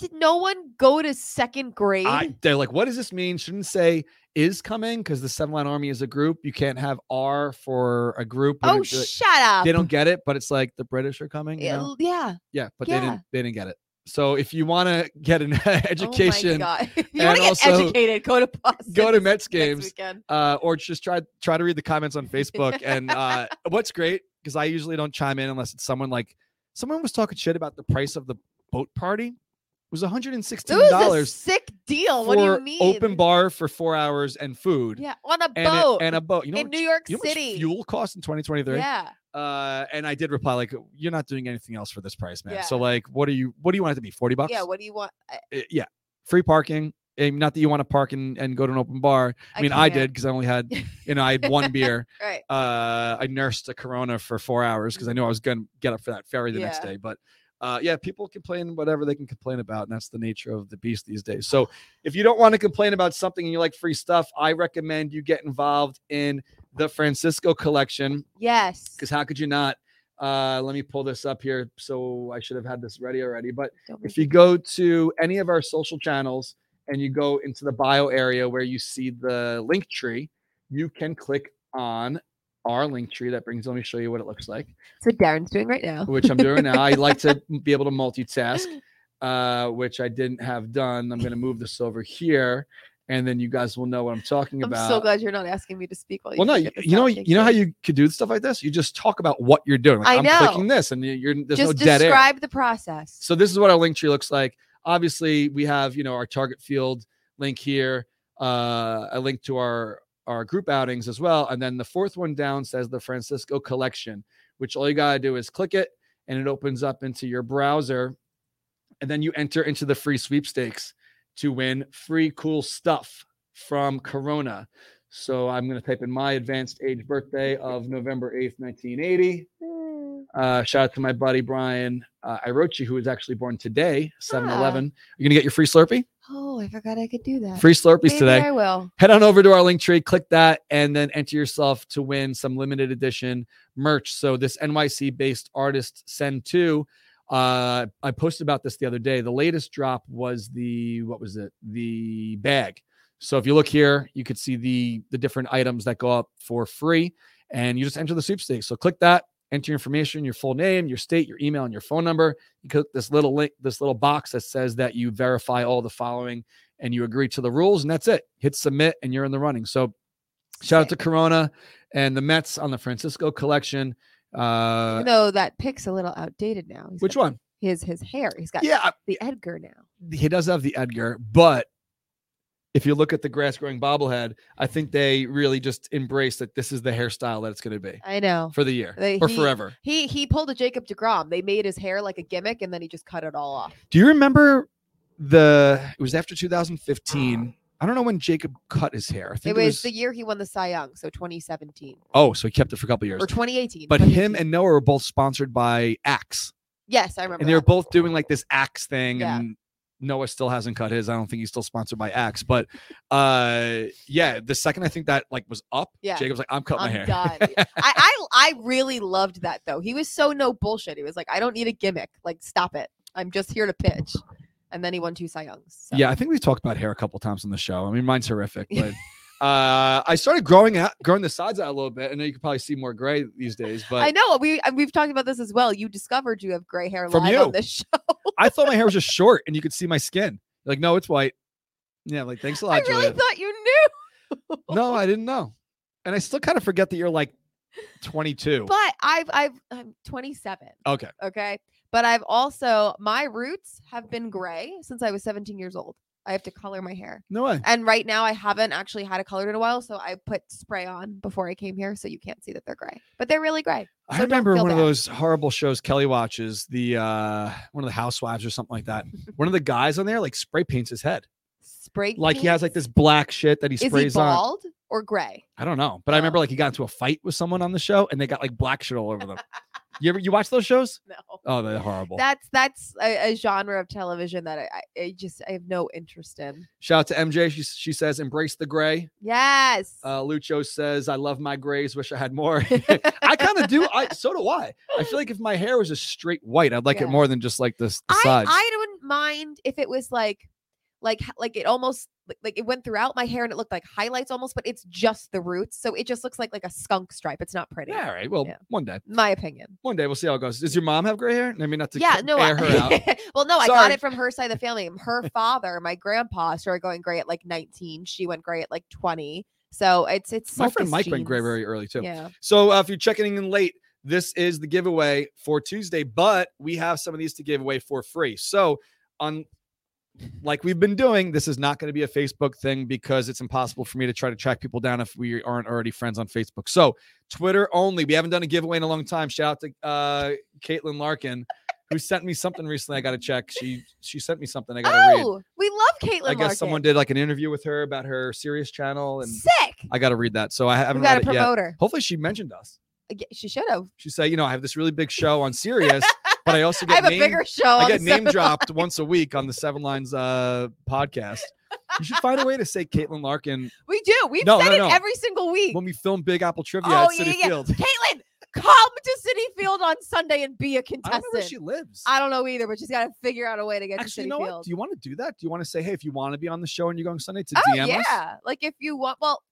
Speaker 2: Did no one go to second grade?
Speaker 1: I, they're like, what does this mean? Shouldn't say is coming because the seven line army is a group. You can't have R for a group. when
Speaker 2: oh,
Speaker 1: it- they-
Speaker 2: shut up.
Speaker 1: they don't get it, but it's like the British are coming. you know?
Speaker 2: It- yeah. Oh
Speaker 1: Yeah, but they
Speaker 2: yeah.
Speaker 1: didn't. They didn't get it. So if you want to get an education,
Speaker 2: Oh my God. If you
Speaker 1: and
Speaker 2: want to get
Speaker 1: also-
Speaker 2: educated, go to Boston.
Speaker 1: go to
Speaker 2: this
Speaker 1: Mets
Speaker 2: next
Speaker 1: games.
Speaker 2: weekend.
Speaker 1: uh, or just try try to read the comments on Facebook. And uh, what's great because I usually don't chime in unless it's someone like someone was talking shit about the price of the boat party. It was one hundred and
Speaker 2: It
Speaker 1: sixteen
Speaker 2: was a
Speaker 1: dollars
Speaker 2: sick deal. What do
Speaker 1: for
Speaker 2: you mean?
Speaker 1: open bar for four hours and food.
Speaker 2: Yeah, on a
Speaker 1: and,
Speaker 2: boat
Speaker 1: A, and a boat. You know,
Speaker 2: in
Speaker 1: what-
Speaker 2: New York
Speaker 1: you know how much
Speaker 2: City.
Speaker 1: fuel costs in 2023?
Speaker 2: yeah.
Speaker 1: Uh, and I did reply like, "You're not doing anything else for this price, man.
Speaker 2: Yeah.
Speaker 1: So like, what do you what do you want it to be? 40 bucks?
Speaker 2: Yeah. What do you want? I,
Speaker 1: Uh, yeah. Free parking. And not that you want to park and, and go to an open bar. I, mean, I
Speaker 2: can't.
Speaker 1: did because I only had you know I had one beer.
Speaker 2: Right.
Speaker 1: Uh, I nursed a Corona for four hours because I knew I was gonna get up for that ferry the next
Speaker 2: Yeah.
Speaker 1: day, but. Uh, yeah, people complain whatever they can complain about, and that's the nature of the beast these days. So, if you don't want to complain about something and you like free stuff, I recommend you get involved in the Francisco collection
Speaker 2: Yes.
Speaker 1: because how could you not? Uh, let me pull this up here. So I should have had this ready already. But
Speaker 2: Don't be-
Speaker 1: if you go to any of our social channels and you go into the bio area where you see the link tree, you can click on our link tree. That brings. Let me show you what it looks like,
Speaker 2: That's what Darren's doing right now.
Speaker 1: which I'm doing now. I like to be able to multitask, uh, which I didn't have done. I'm going to move this over here, and then you guys will know what I'm talking
Speaker 2: I'm
Speaker 1: about.
Speaker 2: so glad you're not asking me to speak while you.
Speaker 1: Well, no,
Speaker 2: look
Speaker 1: you,
Speaker 2: at this
Speaker 1: you know,
Speaker 2: up.
Speaker 1: you,
Speaker 2: Thank
Speaker 1: you know how you could do stuff like this. You just talk about what you're doing. Like,
Speaker 2: I
Speaker 1: I'm
Speaker 2: know.
Speaker 1: clicking this, and you- you're there's
Speaker 2: Just
Speaker 1: no dead air.
Speaker 2: describe the process.
Speaker 1: So this is what our link tree looks like. Obviously, we have you know our target field link here, uh, a link to our our group outings as well, and then the fourth one down says the Francisco Collection, which all you gotta do is click it, and it opens up into your browser, and then you enter into the free sweepstakes to win free cool stuff from Corona. So I'm gonna type in my advanced age birthday of November 8th, 1980.
Speaker 2: Mm.
Speaker 1: Uh, shout out to my buddy Brian uh, Irochi, who was actually born today, 7 Eleven. You're going to get your free Slurpee?
Speaker 2: Oh, I forgot I could do that.
Speaker 1: Free Slurpees
Speaker 2: Maybe
Speaker 1: today.
Speaker 2: I will.
Speaker 1: Head on over to our link tree, click that, and then enter yourself to win some limited edition merch. So, this NYC based artist, Send Two, uh, I posted about this the other day. The latest drop was the, what was it? The bag. So, if you look here, you could see the the different items that go up for free, and you just enter the sweepstakes. So, click that, enter your information, your full name, your state, your email, and your phone number. You click this little link, this little box that says that you verify all the following and you agree to the rules, and that's it. Hit submit, and you're in the running. So, shout out to Corona and the Mets on the Francisco collection. Uh,
Speaker 2: no, that pic's a little outdated now. He's
Speaker 1: which
Speaker 2: got
Speaker 1: one?
Speaker 2: His his hair. He's got
Speaker 1: Yeah,
Speaker 2: the Edgar now.
Speaker 1: he does have the Edgar, but if you look at the grass growing bobblehead, I think they really just embrace that this is the hairstyle that it's going to be
Speaker 2: I know.
Speaker 1: for Oh, the year
Speaker 2: They-
Speaker 1: or
Speaker 2: he-
Speaker 1: forever.
Speaker 2: He he pulled a Jacob Degrom. They made his hair like a gimmick, and then he just cut it all off.
Speaker 1: Do you remember the? It was after 2015. I don't know when Jacob cut his hair. I
Speaker 2: It
Speaker 1: think
Speaker 2: was, the year he won the Cy Young, so 2017
Speaker 1: oh, so he kept it for a couple years.
Speaker 2: or 2018.
Speaker 1: But him
Speaker 2: 2018.
Speaker 1: and Noah were both sponsored by Axe,
Speaker 2: yes, I remember.
Speaker 1: and they were
Speaker 2: that.
Speaker 1: both doing like this Axe thing.
Speaker 2: Yeah.
Speaker 1: And Noah still hasn't cut his. I don't think he's still sponsored by Axe. But uh, yeah, the second I think that like was up,
Speaker 2: Yeah.
Speaker 1: Jacob's like, "I'm cutting
Speaker 2: I'm
Speaker 1: my hair."
Speaker 2: done. I, I I really loved that though. He was so no bullshit. He was like, I don't need a gimmick. Like, stop it. I'm just here to pitch. And then he won two Cy Youngs. so.
Speaker 1: Yeah, I think we talked about hair a couple times on the show. I mean, mine's horrific, but uh, I started growing out, growing the sides out a little bit. I know you can probably see more gray these days, but
Speaker 2: I know we and we've talked about this as well. You discovered you have gray hair
Speaker 1: From
Speaker 2: live
Speaker 1: you.
Speaker 2: on this show.
Speaker 1: I thought my hair was just short and you could see my skin. Like, no, it's white. Yeah, like thanks a
Speaker 2: I
Speaker 1: lot,
Speaker 2: really
Speaker 1: Julia.
Speaker 2: thought you knew.
Speaker 1: no, I didn't know, and I still kind of forget that you're like 22.
Speaker 2: But I've I've I'm 27.
Speaker 1: okay,
Speaker 2: Okay. But I've also my roots have been gray since I was 17 years old. I have to color my hair.
Speaker 1: no way.
Speaker 2: And right now I haven't actually had it colored in a while, so I put spray on before I came here so you can't see that they're gray. But they're really gray.
Speaker 1: I
Speaker 2: So don't
Speaker 1: remember
Speaker 2: feel
Speaker 1: one of
Speaker 2: bad.
Speaker 1: those horrible shows Kelly watches, the uh one of the housewives or something like that. one of the guys on there like spray paints his head.
Speaker 2: Spray
Speaker 1: Like he has like
Speaker 2: paint?
Speaker 1: this black shit that he
Speaker 2: Is he
Speaker 1: sprays on.
Speaker 2: bald Oh. or gray?
Speaker 1: I don't know, but I remember like he got into a fight with someone on the show, and they got like black shit all over them. you ever you watch those shows?
Speaker 2: No.
Speaker 1: Oh, they're horrible.
Speaker 2: That's that's a, a genre of television that I, I, I just I have no interest in.
Speaker 1: Shout out to MJ. She she says embrace the gray.
Speaker 2: Yes.
Speaker 1: Uh, Lucho says I love my grays. Wish I had more. I kind of do. I so do I. I feel like if my hair was just straight white, I'd like
Speaker 2: Yeah.
Speaker 1: it more than just like this the
Speaker 2: I,
Speaker 1: sides.
Speaker 2: I don't mind if it was like like h- like it almost like- like it went throughout my hair and it looked like highlights almost, but it's just the roots. So it just looks like like a skunk stripe. It's not pretty.
Speaker 1: yeah, all right. Well,
Speaker 2: Yeah.
Speaker 1: one day,
Speaker 2: My opinion.
Speaker 1: one day we'll see how it goes. Does your mom have gray hair? I mean, not to
Speaker 2: yeah,
Speaker 1: c-
Speaker 2: no,
Speaker 1: air
Speaker 2: I,
Speaker 1: her out.
Speaker 2: well, no, I got
Speaker 1: Sorry.
Speaker 2: it from her side of the family. Her father, my grandpa, started going gray at like 19. She went gray at like 20. So it's it's
Speaker 1: My friend
Speaker 2: circus
Speaker 1: Mike went gray
Speaker 2: genes.
Speaker 1: very early too.
Speaker 2: Yeah.
Speaker 1: So uh, if you're checking in late, this is the giveaway for Tuesday, but we have some of these to give away for free. So on like we've been doing, this is not going to be a Facebook thing because it's impossible for me to try to track people down if we aren't already friends on Facebook. So Twitter only. We haven't done a giveaway in a long time. Shout out to uh, Caitlin Larkin, who sent me something recently. I got to check. She she sent me something. I got to read.
Speaker 2: Oh, we love Caitlin.
Speaker 1: I guess someone did like an interview with her about her Sirius channel, and
Speaker 2: sick.
Speaker 1: I got to read that. So I
Speaker 2: We
Speaker 1: haven't
Speaker 2: got
Speaker 1: read
Speaker 2: to
Speaker 1: it yet.
Speaker 2: promote her.
Speaker 1: Hopefully, she mentioned us.
Speaker 2: Ag- She should have.
Speaker 1: She said, you know, I have this really big show on Sirius, but I also
Speaker 2: I
Speaker 1: get
Speaker 2: have
Speaker 1: name,
Speaker 2: a bigger show.
Speaker 1: I
Speaker 2: on
Speaker 1: get
Speaker 2: the
Speaker 1: name
Speaker 2: seventh.
Speaker 1: dropped once a week on the Seven Lines uh, podcast. You should find a way to say Caitlin Larkin
Speaker 2: We do. We've
Speaker 1: No,
Speaker 2: said
Speaker 1: no,
Speaker 2: it
Speaker 1: no.
Speaker 2: every single week.
Speaker 1: when we film Big Apple Trivia
Speaker 2: Oh,
Speaker 1: at City
Speaker 2: yeah, yeah.
Speaker 1: Field.
Speaker 2: Caitlin, come to City Field on Sunday and be a
Speaker 1: I don't
Speaker 2: contestant.
Speaker 1: know where she lives.
Speaker 2: I don't know either, but she's got to figure out a way to get to
Speaker 1: Actually,
Speaker 2: City
Speaker 1: you know what?
Speaker 2: Field.
Speaker 1: Do you want to do that? Do you want to say, hey, if you want to be on the show and you're going Sunday to
Speaker 2: oh
Speaker 1: DM
Speaker 2: yeah,
Speaker 1: us?
Speaker 2: like if you want. Well,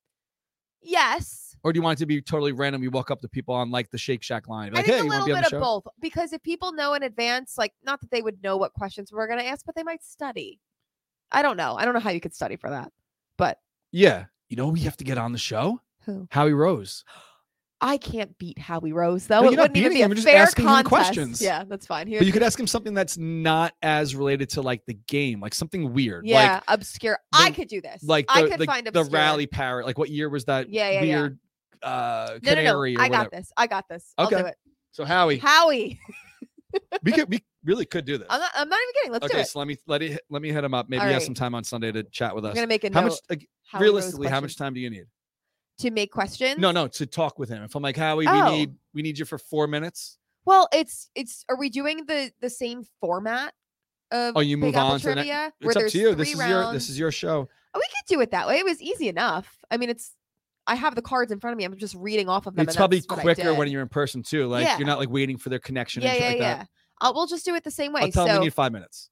Speaker 2: yes.
Speaker 1: Or do you want it to be totally random? You walk up to people on like the Shake Shack line. and be
Speaker 2: I
Speaker 1: Like,
Speaker 2: think
Speaker 1: hey,
Speaker 2: a
Speaker 1: you want to
Speaker 2: little
Speaker 1: be on
Speaker 2: bit
Speaker 1: the
Speaker 2: of
Speaker 1: show?
Speaker 2: both because if people know in advance, like not that they would know what questions we're going to ask, but they might study. I don't know. I don't know how you could study for that, but
Speaker 1: Yeah. You know, who we have to get on the show.
Speaker 2: who
Speaker 1: Howie Rose.
Speaker 2: I can't beat Howie Rose though.
Speaker 1: No,
Speaker 2: it
Speaker 1: you're not
Speaker 2: wouldn't even
Speaker 1: beating
Speaker 2: be a
Speaker 1: him, you're just
Speaker 2: fair
Speaker 1: asking him
Speaker 2: contest.
Speaker 1: questions.
Speaker 2: Yeah, that's fine. Here,
Speaker 1: But you could ask him something that's not as related to like the game, like something weird. Like,
Speaker 2: yeah, obscure. I
Speaker 1: the-
Speaker 2: could do this.
Speaker 1: like the,
Speaker 2: I could
Speaker 1: the,
Speaker 2: find
Speaker 1: the
Speaker 2: obscure.
Speaker 1: rally parrot. Like what year was that
Speaker 2: Yeah, yeah, yeah.
Speaker 1: weird uh
Speaker 2: No, no, no.
Speaker 1: canary or
Speaker 2: I
Speaker 1: whatever?
Speaker 2: got this. I got this. I'll
Speaker 1: Okay.
Speaker 2: do it.
Speaker 1: So Howie,
Speaker 2: Howie,
Speaker 1: we could we really could do this.
Speaker 2: I'm not, I'm not even kidding. Let's do
Speaker 1: okay,
Speaker 2: it.
Speaker 1: so let me let it let me hit him up. Maybe
Speaker 2: All
Speaker 1: he has
Speaker 2: right.
Speaker 1: some time on Sunday to chat with
Speaker 2: I'm
Speaker 1: us.
Speaker 2: gonna make a
Speaker 1: How
Speaker 2: note.
Speaker 1: much like,
Speaker 2: Howie Rose
Speaker 1: realistically, how much
Speaker 2: questions.
Speaker 1: time do you need?
Speaker 2: to make questions?
Speaker 1: No, no, to talk with him. If I'm like Howie,
Speaker 2: Oh.
Speaker 1: we need we need you for four minutes.
Speaker 2: Well, it's it's. Are we doing the the same format? Of
Speaker 1: Oh, you
Speaker 2: Big
Speaker 1: move
Speaker 2: Apple
Speaker 1: on to the next-
Speaker 2: trivia, where
Speaker 1: It's up
Speaker 2: there's
Speaker 1: to you.
Speaker 2: three
Speaker 1: This is
Speaker 2: rounds.
Speaker 1: your this is your show.
Speaker 2: Oh, we could do it that way. It was easy enough. I mean, it's. I have the cards in front of me. I'm just reading off of them.
Speaker 1: It's
Speaker 2: and
Speaker 1: probably
Speaker 2: that's what I
Speaker 1: quicker
Speaker 2: did.
Speaker 1: when you're in person too. Like
Speaker 2: Yeah.
Speaker 1: you're not like waiting for their connection.
Speaker 2: Yeah,
Speaker 1: and
Speaker 2: yeah,
Speaker 1: shit like
Speaker 2: yeah.
Speaker 1: That.
Speaker 2: I'll, we'll just do it the same way.
Speaker 1: I'll tell him
Speaker 2: so
Speaker 1: we need five minutes.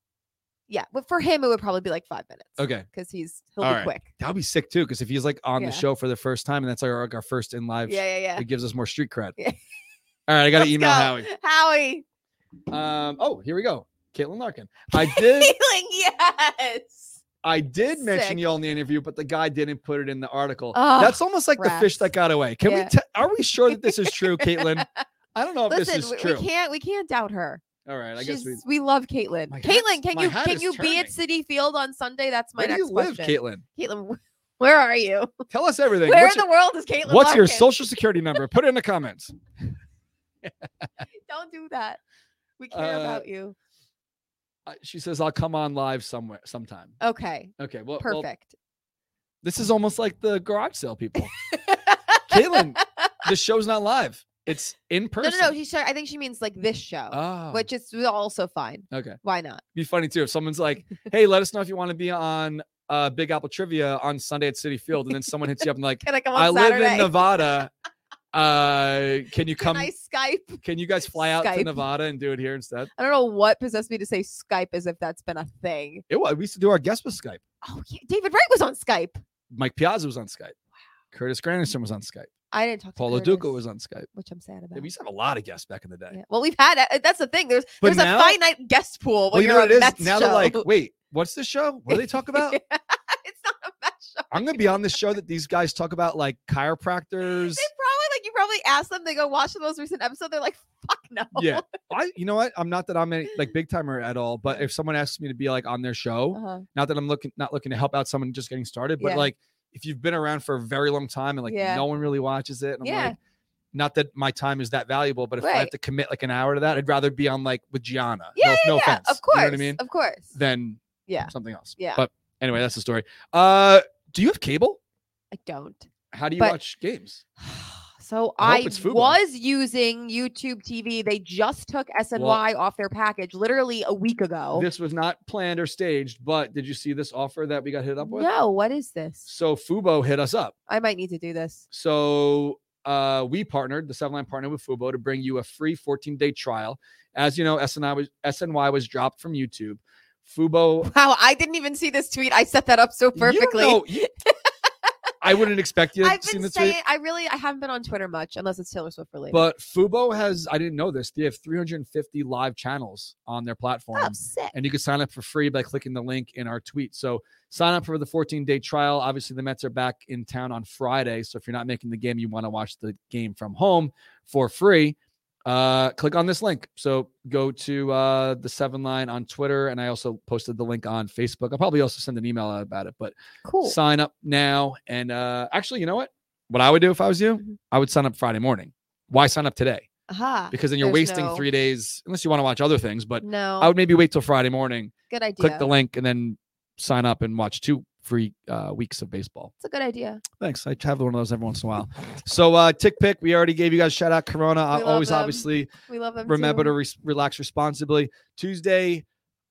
Speaker 2: yeah, but for him it would probably be like five minutes.
Speaker 1: Okay.
Speaker 2: because he's he'll
Speaker 1: All
Speaker 2: be
Speaker 1: right.
Speaker 2: quick.
Speaker 1: That would be sick too, because if he's like on
Speaker 2: Yeah.
Speaker 1: the show for the first time and that's our, like our first in live
Speaker 2: Yeah, yeah, yeah.
Speaker 1: it gives us more street cred.
Speaker 2: Yeah.
Speaker 1: All right, I got to
Speaker 2: Let's
Speaker 1: email
Speaker 2: go.
Speaker 1: Howie.
Speaker 2: Howie.
Speaker 1: Um, oh, here we go. Caitlin Larkin. I did
Speaker 2: Feeling yes.
Speaker 1: I did mention
Speaker 2: Sick.
Speaker 1: y'all in the interview, but the guy didn't put it in the article.
Speaker 2: Ugh,
Speaker 1: That's almost like the
Speaker 2: rats.
Speaker 1: fish that got away. Can
Speaker 2: Yeah.
Speaker 1: we? T- are we sure that this is true, Caitlin? I don't know if
Speaker 2: Listen,
Speaker 1: Oh, this
Speaker 2: we,
Speaker 1: is true.
Speaker 2: we can't we can't doubt her.
Speaker 1: All right, I guess
Speaker 2: She's,
Speaker 1: we.
Speaker 2: we, love Caitlin.
Speaker 1: My hat's-
Speaker 2: Caitlin, can
Speaker 1: my
Speaker 2: you
Speaker 1: hat
Speaker 2: can
Speaker 1: is
Speaker 2: you be
Speaker 1: turning.
Speaker 2: at City Field on Sunday? That's
Speaker 1: Where
Speaker 2: my
Speaker 1: do
Speaker 2: next
Speaker 1: you live,
Speaker 2: question.
Speaker 1: Caitlin?
Speaker 2: Caitlin, where are you?
Speaker 1: Tell us everything.
Speaker 2: Where
Speaker 1: what's
Speaker 2: in the world is Caitlin?
Speaker 1: your, what's your
Speaker 2: Larkin?
Speaker 1: social security number? Put it in the comments.
Speaker 2: Don't do that. We care
Speaker 1: Uh,
Speaker 2: about you.
Speaker 1: Uh, she says I'll come on live somewhere sometime.
Speaker 2: Okay,
Speaker 1: Okay, well, well,
Speaker 2: perfect.
Speaker 1: this is almost like the garage sale people. Caitlin, the show's not live. It's in person.
Speaker 2: no, no, no. She, said- I think she means like this show,
Speaker 1: Ah,
Speaker 2: which is also fine.
Speaker 1: okay.
Speaker 2: Why not?
Speaker 1: be funny too if someone's like, "Hey, let us know if you want to be on uh, Big Apple Trivia on Sunday at City Field," and then someone hits you up and like,
Speaker 2: Can I come on
Speaker 1: "I live
Speaker 2: Saturday?
Speaker 1: in Nevada. Uh, can you come?
Speaker 2: Can I Skype?
Speaker 1: can you guys fly out to
Speaker 2: Skype?"
Speaker 1: Nevada and do it here instead?"
Speaker 2: I don't know what possessed me to say Skype as if that's been a thing.
Speaker 1: It was. We used to do our guest with Skype.
Speaker 2: Oh, yeah, David Wright was on Skype.
Speaker 1: Mike Piazza was on Skype. Curtis Granderson was on Skype.
Speaker 2: I didn't talk to
Speaker 1: Paulo
Speaker 2: Curtis,
Speaker 1: Duca was on Skype.
Speaker 2: which I'm sad about.
Speaker 1: Yeah, we used to have a lot of guests back in the day.
Speaker 2: Yeah. Well, we've had uh, that's the thing. There's
Speaker 1: But
Speaker 2: there's
Speaker 1: now-
Speaker 2: a finite guest pool. When
Speaker 1: Well, you
Speaker 2: you're
Speaker 1: know what
Speaker 2: on
Speaker 1: it
Speaker 2: that
Speaker 1: is. Now
Speaker 2: show.
Speaker 1: they're like, "Wait, what's this show? What do they talk about?"
Speaker 2: it's not a bad show.
Speaker 1: I'm gonna be on this show that these guys talk about like chiropractors.
Speaker 2: They probably like you probably ask them. They go watch the most recent episode. They're like, fuck no.
Speaker 1: yeah i you know what i'm not that i'm any like big timer at all but if someone asks me to be like on their show
Speaker 2: Uh-huh.
Speaker 1: not that i'm looking not looking to help out someone just getting started but
Speaker 2: Yeah.
Speaker 1: like if you've been around for a very long time and like
Speaker 2: Yeah.
Speaker 1: no one really watches it and i'm
Speaker 2: Yeah.
Speaker 1: like not that my time is that valuable but if i have
Speaker 2: Right.
Speaker 1: to commit like an hour to that i'd rather be on like with gianna
Speaker 2: Yeah,
Speaker 1: no, no
Speaker 2: yeah,
Speaker 1: offense
Speaker 2: of course.
Speaker 1: you know what i mean
Speaker 2: Of course.
Speaker 1: than
Speaker 2: Yeah.
Speaker 1: something else
Speaker 2: Yeah.
Speaker 1: but anyway that's the story uh do you have cable
Speaker 2: I don't.
Speaker 1: how do you
Speaker 2: But-
Speaker 1: watch games
Speaker 2: So
Speaker 1: I
Speaker 2: I,
Speaker 1: hope it's Fubo.
Speaker 2: was using YouTube TV. They just took SNY off their package literally a week ago.
Speaker 1: this was not planned or staged but did you see this offer that we got hit up with
Speaker 2: No, what is this?
Speaker 1: So Fubo hit us up.
Speaker 2: I might need to do this.
Speaker 1: So uh, we partnered, the Seven Line partnered with Fubo to bring you a free 14 day trial. As you know, SNY was, SNY was dropped from YouTube. Fubo.
Speaker 2: Wow, I didn't even see this tweet. I set that up so
Speaker 1: You don't
Speaker 2: perfectly.
Speaker 1: know- you- I wouldn't expect you to
Speaker 2: I've
Speaker 1: have seen
Speaker 2: been
Speaker 1: the
Speaker 2: saying
Speaker 1: tweet.
Speaker 2: I really I haven't been on Twitter much unless it's Taylor Swift related.
Speaker 1: But Fubo has, I didn't know this, they have 350 live channels on their platform.
Speaker 2: oh, sick.
Speaker 1: and you can sign up for free by clicking the link in our tweet. So sign up for the 14 day trial. Obviously, the Mets are back in town on Friday. So if you're not making the game, you want to watch the game from home for free. Uh, click on this link. So go to uh, the seven line on Twitter, and I also posted the link on Facebook. I'll probably also send an email out about it, but
Speaker 2: Cool.
Speaker 1: sign up now. And uh, actually, you know what? What I would do if I was you,
Speaker 2: Mhm.
Speaker 1: I would sign up Friday morning. Why sign up today?
Speaker 2: Aha.
Speaker 1: Because then you're
Speaker 2: There's
Speaker 1: wasting
Speaker 2: no-
Speaker 1: three days, unless you want to watch other things. But
Speaker 2: No.
Speaker 1: I would maybe wait till Friday morning
Speaker 2: good idea.
Speaker 1: click the link and then sign up and watch two free uh, weeks of baseball.
Speaker 2: It's a good idea.
Speaker 1: Thanks. I have one of those every once in a while. So uh tick pick, we already gave you guys a shout out Corona. I
Speaker 2: We love
Speaker 1: always
Speaker 2: them.
Speaker 1: obviously
Speaker 2: We love them.
Speaker 1: remember to
Speaker 2: too.
Speaker 1: re- relax responsibly. Tuesday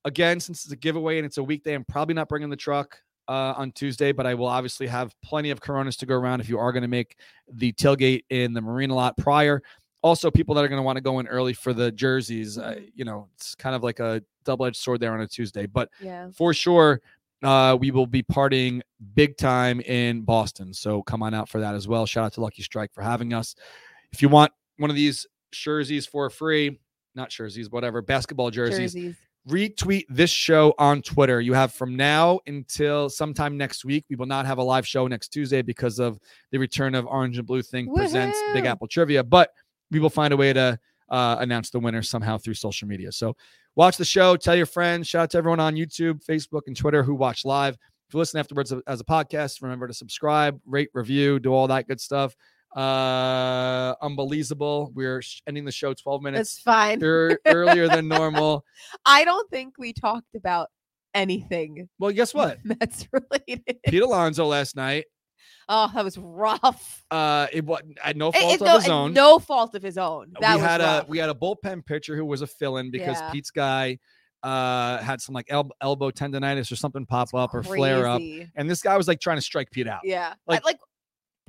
Speaker 1: again since it's a giveaway and it's a weekday, I'm probably not bringing the truck uh, on Tuesday, but I will obviously have plenty of Coronas to go around if you are going to make the tailgate in the Marina lot prior. Also, people that are going to want to go in early for the jerseys,
Speaker 2: Mm-hmm.
Speaker 1: uh, you know, it's kind of like a double-edged sword there on a Tuesday, but
Speaker 2: Yeah.
Speaker 1: for sure uh, we will be partying big time in Boston. So come on out for that as well. Shout out to Lucky Strike for having us. If you want one of these jerseys for free, not jerseys, whatever, basketball jerseys,
Speaker 2: Jerseys.
Speaker 1: retweet this show on Twitter. You have from now until sometime next week. We will not have a live show next Tuesday because of the return of Orange and Blue Thing presents Big
Speaker 2: Woohoo!
Speaker 1: Apple Trivia, but we will find a way to uh, announce the winner somehow through social media. So watch the show, tell your friends, shout out to everyone on YouTube, Facebook, and Twitter who watch live. If you listen afterwards as a podcast, remember to subscribe, rate, review, do all that good stuff. Uh, unbelievable. We're sh- ending the show 12
Speaker 2: It's
Speaker 1: minutes
Speaker 2: fine.
Speaker 1: ear- earlier than normal.
Speaker 2: I don't think we talked about anything
Speaker 1: Well, guess what?
Speaker 2: that's related.
Speaker 1: Pete Alonso last night.
Speaker 2: Oh, that was rough.
Speaker 1: Uh, it was at no
Speaker 2: It-
Speaker 1: fault
Speaker 2: it's
Speaker 1: of
Speaker 2: no, eh,
Speaker 1: his own. Uh,
Speaker 2: no fault of his own. That
Speaker 1: we
Speaker 2: was
Speaker 1: had
Speaker 2: rough.
Speaker 1: a we had a bullpen pitcher who was a fill-in because
Speaker 2: Yeah.
Speaker 1: Pete's guy uh had some like el- elbow tendonitis or something pop up or flare up,
Speaker 2: Crazy.
Speaker 1: and this guy was like trying to strike Pete out.
Speaker 2: Yeah.
Speaker 1: Like,
Speaker 2: Like, like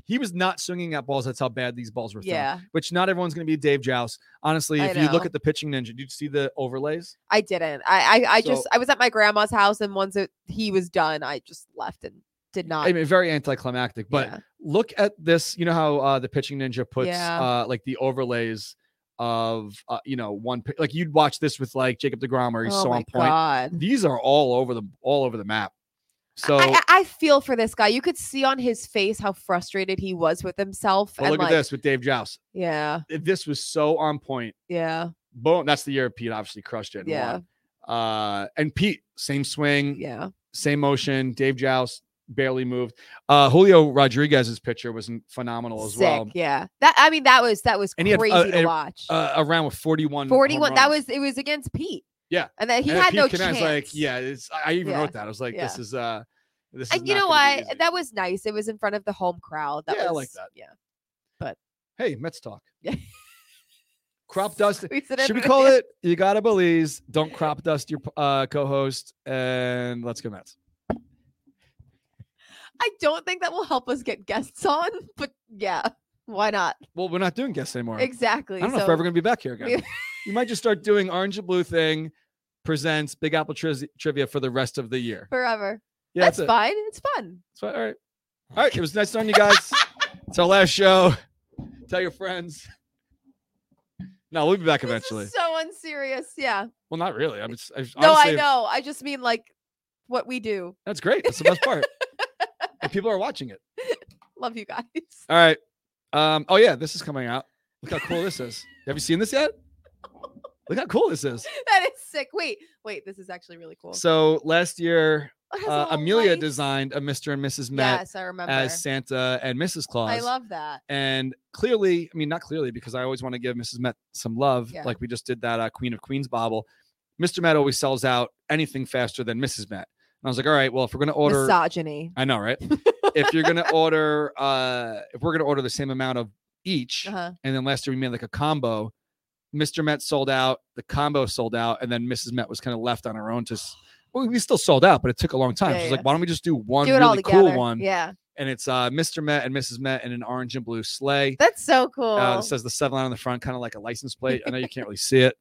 Speaker 1: He was not swinging at balls. That's how bad these balls were. thrown,
Speaker 2: yeah.
Speaker 1: Which not everyone's going to be Dave Jouse. Honestly,
Speaker 2: I
Speaker 1: if you look
Speaker 2: know.
Speaker 1: at the pitching ninja, did you see the overlays?
Speaker 2: I didn't. I I, I just
Speaker 1: So-
Speaker 2: I was at my grandma's house and once it, he was done, I just left and did not.
Speaker 1: I mean, very anticlimactic. But
Speaker 2: Uh, yeah.
Speaker 1: look at this. You know how uh, the pitching ninja puts
Speaker 2: Yeah.
Speaker 1: uh, like the overlays of uh, you know one pick. Like you'd watch this with like Jacob Degrom, where he's
Speaker 2: oh
Speaker 1: so
Speaker 2: my
Speaker 1: on point.
Speaker 2: god.
Speaker 1: These are all over the all over the map. So
Speaker 2: I, I- I feel for this guy. You could see on his face how frustrated he was with himself.
Speaker 1: but
Speaker 2: and
Speaker 1: look
Speaker 2: like,
Speaker 1: at this with Dave Jouse.
Speaker 2: Yeah,
Speaker 1: This was so on point.
Speaker 2: yeah,
Speaker 1: Boom! That's the year Pete obviously crushed it. And
Speaker 2: Yeah.
Speaker 1: won. Uh, and Pete, same swing,
Speaker 2: yeah.
Speaker 1: same motion. Dave Jouse barely moved. Uh, Julio Rodriguez's pitcher was phenomenal as
Speaker 2: Sick.
Speaker 1: well.
Speaker 2: Yeah. That I mean, that was that was
Speaker 1: And he
Speaker 2: crazy
Speaker 1: had, uh,
Speaker 2: to
Speaker 1: a-
Speaker 2: watch.
Speaker 1: Uh, around with 41. home
Speaker 2: 41. That
Speaker 1: runs.
Speaker 2: was it was against Pete.
Speaker 1: Yeah.
Speaker 2: And then he
Speaker 1: And then
Speaker 2: had
Speaker 1: Pete
Speaker 2: no
Speaker 1: came out, I
Speaker 2: chance.
Speaker 1: was like, yeah, it's, I I even
Speaker 2: Yeah.
Speaker 1: wrote that. I was like,
Speaker 2: Yeah.
Speaker 1: this is uh, this is.
Speaker 2: And you
Speaker 1: not
Speaker 2: know
Speaker 1: gonna be
Speaker 2: what?
Speaker 1: easy.
Speaker 2: That was nice. It was in front of the home crowd. That
Speaker 1: Yeah, I
Speaker 2: was
Speaker 1: like that.
Speaker 2: Yeah.
Speaker 1: hey, Mets talk.
Speaker 2: Yeah.
Speaker 1: crop dust.
Speaker 2: We
Speaker 1: Should
Speaker 2: said
Speaker 1: we
Speaker 2: everybody-
Speaker 1: call it? You gotta believe. Don't crop dust your uh, co-host, and let's go Mets.
Speaker 2: I don't think that will help us get guests on, but yeah, why not?
Speaker 1: Well, we're not doing guests anymore.
Speaker 2: Exactly.
Speaker 1: I don't know
Speaker 2: so
Speaker 1: if we're ever gonna be back here again.
Speaker 2: we-
Speaker 1: you might just start doing orange and blue thing presents Big Apple tri- trivia for the rest of the year.
Speaker 2: forever.
Speaker 1: Yeah,
Speaker 2: that's
Speaker 1: that's it.
Speaker 2: fine. It's fun.
Speaker 1: That's fine. All right, all right. It was nice knowing you guys. it's our last show. Tell your friends. No, we'll be back
Speaker 2: This is
Speaker 1: eventually.
Speaker 2: so unserious. Yeah.
Speaker 1: Well, not really. I'm just, I,
Speaker 2: No, I
Speaker 1: honestly,
Speaker 2: know. I just mean like what we do.
Speaker 1: That's great. That's the best part. and people are watching it.
Speaker 2: Love you guys.
Speaker 1: All right. Um, oh yeah, this is coming out. Look how cool this is. Have you seen this yet? Look how cool this is.
Speaker 2: that is sick. Wait, wait. This is actually really cool.
Speaker 1: So last year,
Speaker 2: It has
Speaker 1: uh,
Speaker 2: little
Speaker 1: Amelia
Speaker 2: lights.
Speaker 1: designed a Mr. and Mrs. Met
Speaker 2: Yes, I remember.
Speaker 1: as Santa and Mrs. Claus.
Speaker 2: I love that.
Speaker 1: and clearly, I mean, not clearly, because I always want to give Mrs. Met some love,
Speaker 2: Yeah.
Speaker 1: like we just did that uh, Queen of Queens bobble. Mr. Met always sells out anything faster than Mrs. Met. And I was like, all right, well, if we're going to order,
Speaker 2: Misogyny.
Speaker 1: I know, right? if you're gonna order, uh, if we're gonna order the same amount of each,
Speaker 2: Uh-huh.
Speaker 1: and then last year we made like a combo. Mr. Met sold out, the combo sold out, and then Mrs. Met was kind of left on her own to. s- Well, we still sold out, but it took a long time.
Speaker 2: Yeah,
Speaker 1: She's
Speaker 2: yeah.
Speaker 1: like, "Why don't we just do one
Speaker 2: Do it all
Speaker 1: really
Speaker 2: together.
Speaker 1: cool one?"
Speaker 2: Yeah,
Speaker 1: And it's uh, Mr. Met and Mrs. Met in an orange and blue sleigh.
Speaker 2: that's so cool.
Speaker 1: Uh, it says the seven line on the front, kind of like a license plate. I know you can't really see it.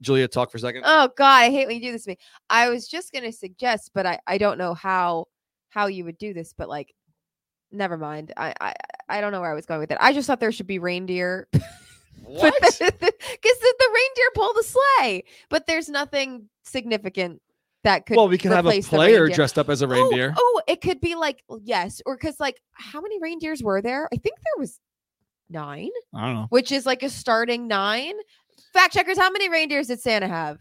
Speaker 1: Julia, talk for a second.
Speaker 2: oh God, I hate when you do this to me. I was just gonna suggest, but I I don't know how how you would do this, but like. Never mind. I, I I don't know where I was going with it. I just thought there should be reindeer
Speaker 1: what?
Speaker 2: because the, the reindeer pull the sleigh, but there's nothing significant that could.
Speaker 1: well, we can have a
Speaker 2: replace the
Speaker 1: player
Speaker 2: reindeer.
Speaker 1: dressed up as a
Speaker 2: Oh,
Speaker 1: reindeer.
Speaker 2: Oh, it could be like yes, or because like how many reindeers were there? I think there was nine,
Speaker 1: I don't know.
Speaker 2: which is like a starting nine. Fact checkers, how many reindeers did Santa have?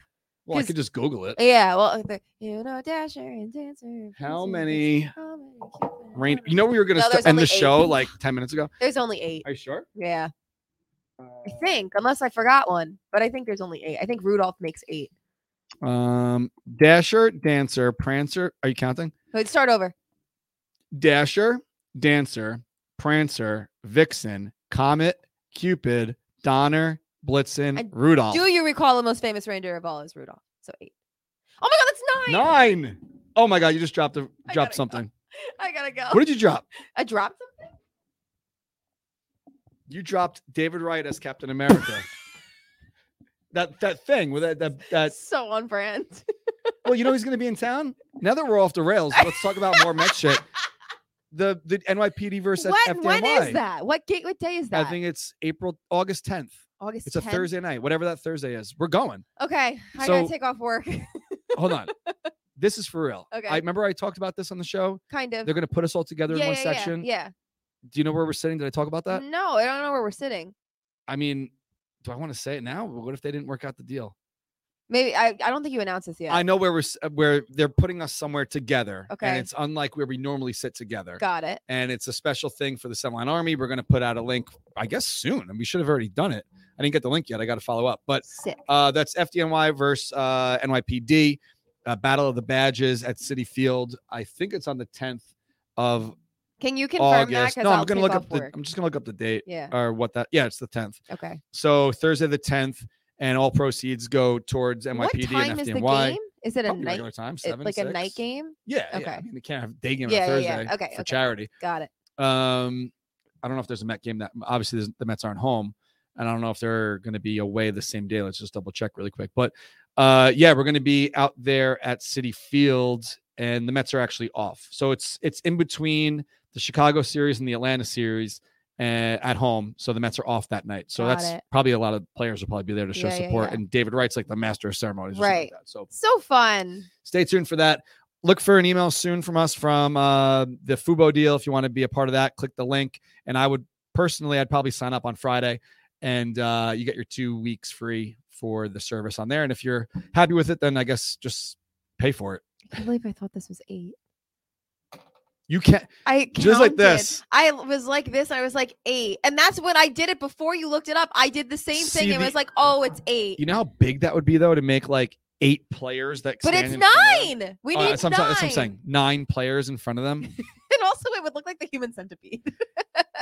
Speaker 1: Well, I
Speaker 2: 'cause-
Speaker 1: could just Google it.
Speaker 2: Yeah, well, uh, the, you know, Dasher and Dancer.
Speaker 1: How
Speaker 2: Prancer,
Speaker 1: many
Speaker 2: how many Cupid, how
Speaker 1: Rain.
Speaker 2: many-
Speaker 1: You know we were gonna
Speaker 2: No,
Speaker 1: st-
Speaker 2: there's
Speaker 1: end
Speaker 2: only
Speaker 1: the
Speaker 2: eight.
Speaker 1: show like ten minutes ago.
Speaker 2: There's only eight.
Speaker 1: Are you sure?
Speaker 2: Yeah, I think, unless I forgot one, but I think there's only eight. I think Rudolph makes eight.
Speaker 1: Um, Dasher, Dancer, Prancer. Are you counting?
Speaker 2: Let's start over.
Speaker 1: Dasher, Dancer, Prancer, Vixen, Comet, Cupid, Donner, Blitzen,
Speaker 2: And
Speaker 1: Rudolph.
Speaker 2: Do you recall the most famous reindeer of all is Rudolph? So eight. Oh my God, that's nine.
Speaker 1: Nine. Oh my God! You just dropped a
Speaker 2: I gotta
Speaker 1: dropped
Speaker 2: go. Oh.
Speaker 1: something.
Speaker 2: I gotta go.
Speaker 1: What did you drop?
Speaker 2: I dropped them.
Speaker 1: You dropped David Wright as Captain America. that that thing with that that that.
Speaker 2: so on brand.
Speaker 1: Well, you know he's gonna be in town. Now that we're off the rails, let's talk about more Met shit. The the NYPD versus
Speaker 2: When,
Speaker 1: FDNY.
Speaker 2: when is that? What gate? What day is that?
Speaker 1: I think it's April, August 10th.
Speaker 2: August.
Speaker 1: It's a
Speaker 2: 10th?
Speaker 1: Thursday night, whatever that Thursday is. We're going.
Speaker 2: Okay, I
Speaker 1: So-
Speaker 2: gotta take off work.
Speaker 1: Hold on. this is for real.
Speaker 2: Okay.
Speaker 1: I remember I talked about this on the show.
Speaker 2: kind of.
Speaker 1: They're going to put us all together in one section.
Speaker 2: Yeah.
Speaker 1: Do you know where we're sitting? Did I talk about that?
Speaker 2: No, I don't know where we're sitting.
Speaker 1: I mean, do I want to say it now? What if they didn't work out the deal?
Speaker 2: Maybe I. I don't think you announced this yet.
Speaker 1: I know where we're s- uh, where they're putting us somewhere together. And
Speaker 2: Okay.
Speaker 1: it's unlike where we normally sit together.
Speaker 2: Got it.
Speaker 1: and it's a special thing for the Semline Army. We're going to put out a link, I guess, soon. And we should have already done it. I didn't get the link yet. I got to follow up. But
Speaker 2: Sick.
Speaker 1: Uh, that's FDNY versus uh, NYPD. Uh, Battle of the Badges at City Field. I think it's on the 10th of
Speaker 2: Can you confirm that?
Speaker 1: August.
Speaker 2: 'Cause
Speaker 1: No,
Speaker 2: I'll
Speaker 1: I'm gonna
Speaker 2: take
Speaker 1: look
Speaker 2: off
Speaker 1: up. The,
Speaker 2: work.
Speaker 1: I'm just gonna look up the date
Speaker 2: Yeah.
Speaker 1: or what that. Yeah, it's the 10th.
Speaker 2: Okay.
Speaker 1: So Thursday the 10th, and all proceeds go towards
Speaker 2: what
Speaker 1: NYPD
Speaker 2: time
Speaker 1: and
Speaker 2: is the
Speaker 1: FDNY.
Speaker 2: game? Is it a
Speaker 1: Probably
Speaker 2: night?
Speaker 1: regular time,
Speaker 2: it-
Speaker 1: seven,
Speaker 2: like a night
Speaker 1: six.
Speaker 2: game?
Speaker 1: Yeah. Okay.
Speaker 2: Okay.
Speaker 1: I mean, they can't have day game on
Speaker 2: Yeah,
Speaker 1: a
Speaker 2: yeah,
Speaker 1: Thursday
Speaker 2: yeah. Okay,
Speaker 1: for
Speaker 2: okay.
Speaker 1: charity.
Speaker 2: Got it.
Speaker 1: Um, I don't know if there's a Met game that obviously there's- the Mets aren't home, and I don't know if they're going to be away the same day. Let's just double check really quick. But uh, yeah, we're going to be out there at City Field, and the Mets are actually off, so it's it's in between the Chicago series and the Atlanta series, uh, at home. So the Mets are off that night. So
Speaker 2: Got
Speaker 1: that's
Speaker 2: it.
Speaker 1: probably a lot of players will probably be there to show
Speaker 2: Yeah, yeah,
Speaker 1: support.
Speaker 2: yeah.
Speaker 1: And David Wright's like the master of ceremonies, or something
Speaker 2: Right.
Speaker 1: Like that. So
Speaker 2: So fun.
Speaker 1: stay tuned for that. Look for an email soon from us from uh, the Fubo deal. If you want to be a part of that, click the link. And I would personally, I'd probably sign up on Friday, and uh, you get your two weeks free for the service on there. And if you're happy with it, then I guess just pay for it.
Speaker 2: I can't believe I thought this was eight.
Speaker 1: You can't
Speaker 2: I
Speaker 1: just like
Speaker 2: counted.
Speaker 1: this.
Speaker 2: I was like this, and I was like eight, and that's when I did it before you looked it up. I did the same
Speaker 1: See,
Speaker 2: thing. and
Speaker 1: the-
Speaker 2: It was like, oh, it's eight,
Speaker 1: You know how big that would be though to make like eight players that.
Speaker 2: but
Speaker 1: stand
Speaker 2: it's
Speaker 1: in front of them?
Speaker 2: nine. We
Speaker 1: Oh,
Speaker 2: need
Speaker 1: that's, what I'm,
Speaker 2: nine.
Speaker 1: sa- that's what I'm saying. Nine players in front of them.
Speaker 2: And also, it would look like the Human Centipede.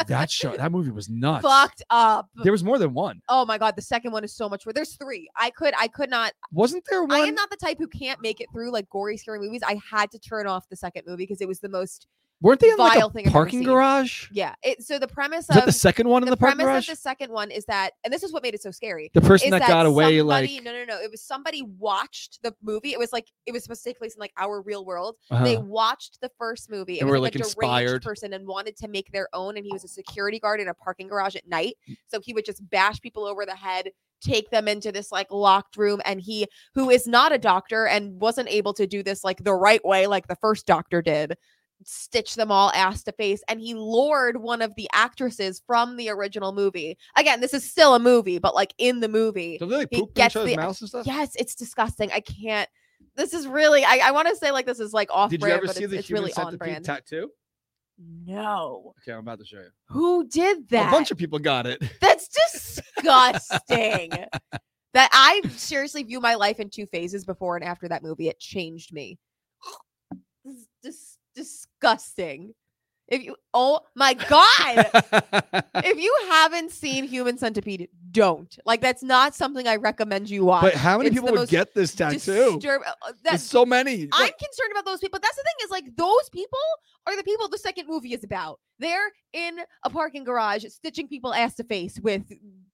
Speaker 1: That show, that movie was nuts.
Speaker 2: Fucked up.
Speaker 1: There was more than one.
Speaker 2: Oh my god, the second one is so much worse. There's three. I could, I could not.
Speaker 1: Wasn't there
Speaker 2: I
Speaker 1: one?
Speaker 2: am not the type who can't make it through like gory, scary movies. I had to turn off the second movie because it was the most.
Speaker 1: weren't they in like
Speaker 2: vile
Speaker 1: a
Speaker 2: thing I've ever
Speaker 1: parking
Speaker 2: seen.
Speaker 1: garage?
Speaker 2: Yeah. It. So the premise
Speaker 1: Is that
Speaker 2: of
Speaker 1: the second one in
Speaker 2: the,
Speaker 1: the parking
Speaker 2: premise
Speaker 1: garage?
Speaker 2: of the second one is that, and this is what made it so scary.
Speaker 1: the person
Speaker 2: is
Speaker 1: that, got away,
Speaker 2: somebody-
Speaker 1: like
Speaker 2: no no no it was somebody watched the movie it was like it was supposed to take place in like our real world
Speaker 1: uh-huh.
Speaker 2: they watched the first movie it
Speaker 1: And
Speaker 2: was
Speaker 1: were,
Speaker 2: like,
Speaker 1: like,
Speaker 2: a deranged
Speaker 1: inspired.
Speaker 2: person and wanted to make their own and he was a security guard in a parking garage at night
Speaker 1: Mm.
Speaker 2: so he would just bash people over the head take them into this like locked room and he who is not a doctor and wasn't able to do this like the right way like the first doctor did stitch them all ass to face and he lured one of the actresses from the original movie again this is still a movie but like in the movie
Speaker 1: do they like,
Speaker 2: he
Speaker 1: poop in each
Speaker 2: gets
Speaker 1: other's
Speaker 2: the-
Speaker 1: mouths and stuff?
Speaker 2: Yes, it's disgusting. I can't. This is really. I, I want to say like this is like off
Speaker 1: Did you
Speaker 2: brand,
Speaker 1: ever
Speaker 2: but
Speaker 1: see
Speaker 2: it's,
Speaker 1: the
Speaker 2: it's
Speaker 1: human
Speaker 2: really on
Speaker 1: centipede
Speaker 2: brand.
Speaker 1: tattoo?
Speaker 2: no,
Speaker 1: Okay, I'm about to show you.
Speaker 2: who did that?
Speaker 1: A bunch of people got it.
Speaker 2: That's disgusting. that I seriously view my life in two phases before and after that movie. It changed me. This is dis- disgusting. If you, oh my god. If you haven't seen Human Centipede, don't. Like that's not something I recommend you watch.
Speaker 1: but how many
Speaker 2: It's
Speaker 1: people
Speaker 2: the
Speaker 1: would
Speaker 2: most
Speaker 1: get this tattoo?
Speaker 2: disturb- uh, that-
Speaker 1: There's so many.
Speaker 2: I'm
Speaker 1: Look,
Speaker 2: concerned about those people. That's the thing is like those people are the people the second movie is about. They're in a parking garage stitching people ass to face with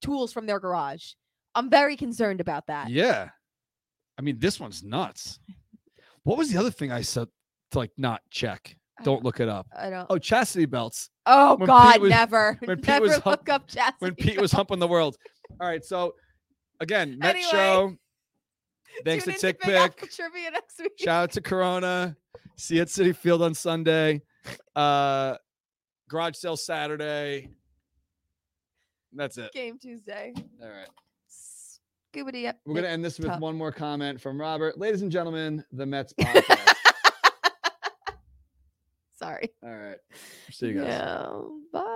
Speaker 2: tools from their garage. I'm very concerned about that.
Speaker 1: yeah. I mean, this one's nuts. What was the other thing I said to like not check?
Speaker 2: I
Speaker 1: Don't look it up.
Speaker 2: I don't.
Speaker 1: Oh, chastity belts.
Speaker 2: Oh
Speaker 1: when Pete
Speaker 2: God,
Speaker 1: was-
Speaker 2: never,
Speaker 1: when Pete
Speaker 2: never
Speaker 1: was hum-
Speaker 2: look up Jesse.
Speaker 1: When Pete was humping the world. All right, so again, Met
Speaker 2: Anyway,
Speaker 1: show. Thanks to
Speaker 2: Tune in
Speaker 1: Tick
Speaker 2: Big Apple
Speaker 1: Pick.
Speaker 2: Trivia next week.
Speaker 1: Shout out to Corona. See you at City Field on Sunday. Uh garage sale Saturday. That's it.
Speaker 2: Game Tuesday.
Speaker 1: All right.
Speaker 2: Scoobity up.
Speaker 1: We're gonna end this with
Speaker 2: Tough.
Speaker 1: one more comment from Robert. Ladies and gentlemen, the Mets podcast.
Speaker 2: Sorry.
Speaker 1: All right. See you guys.
Speaker 2: No. Bye.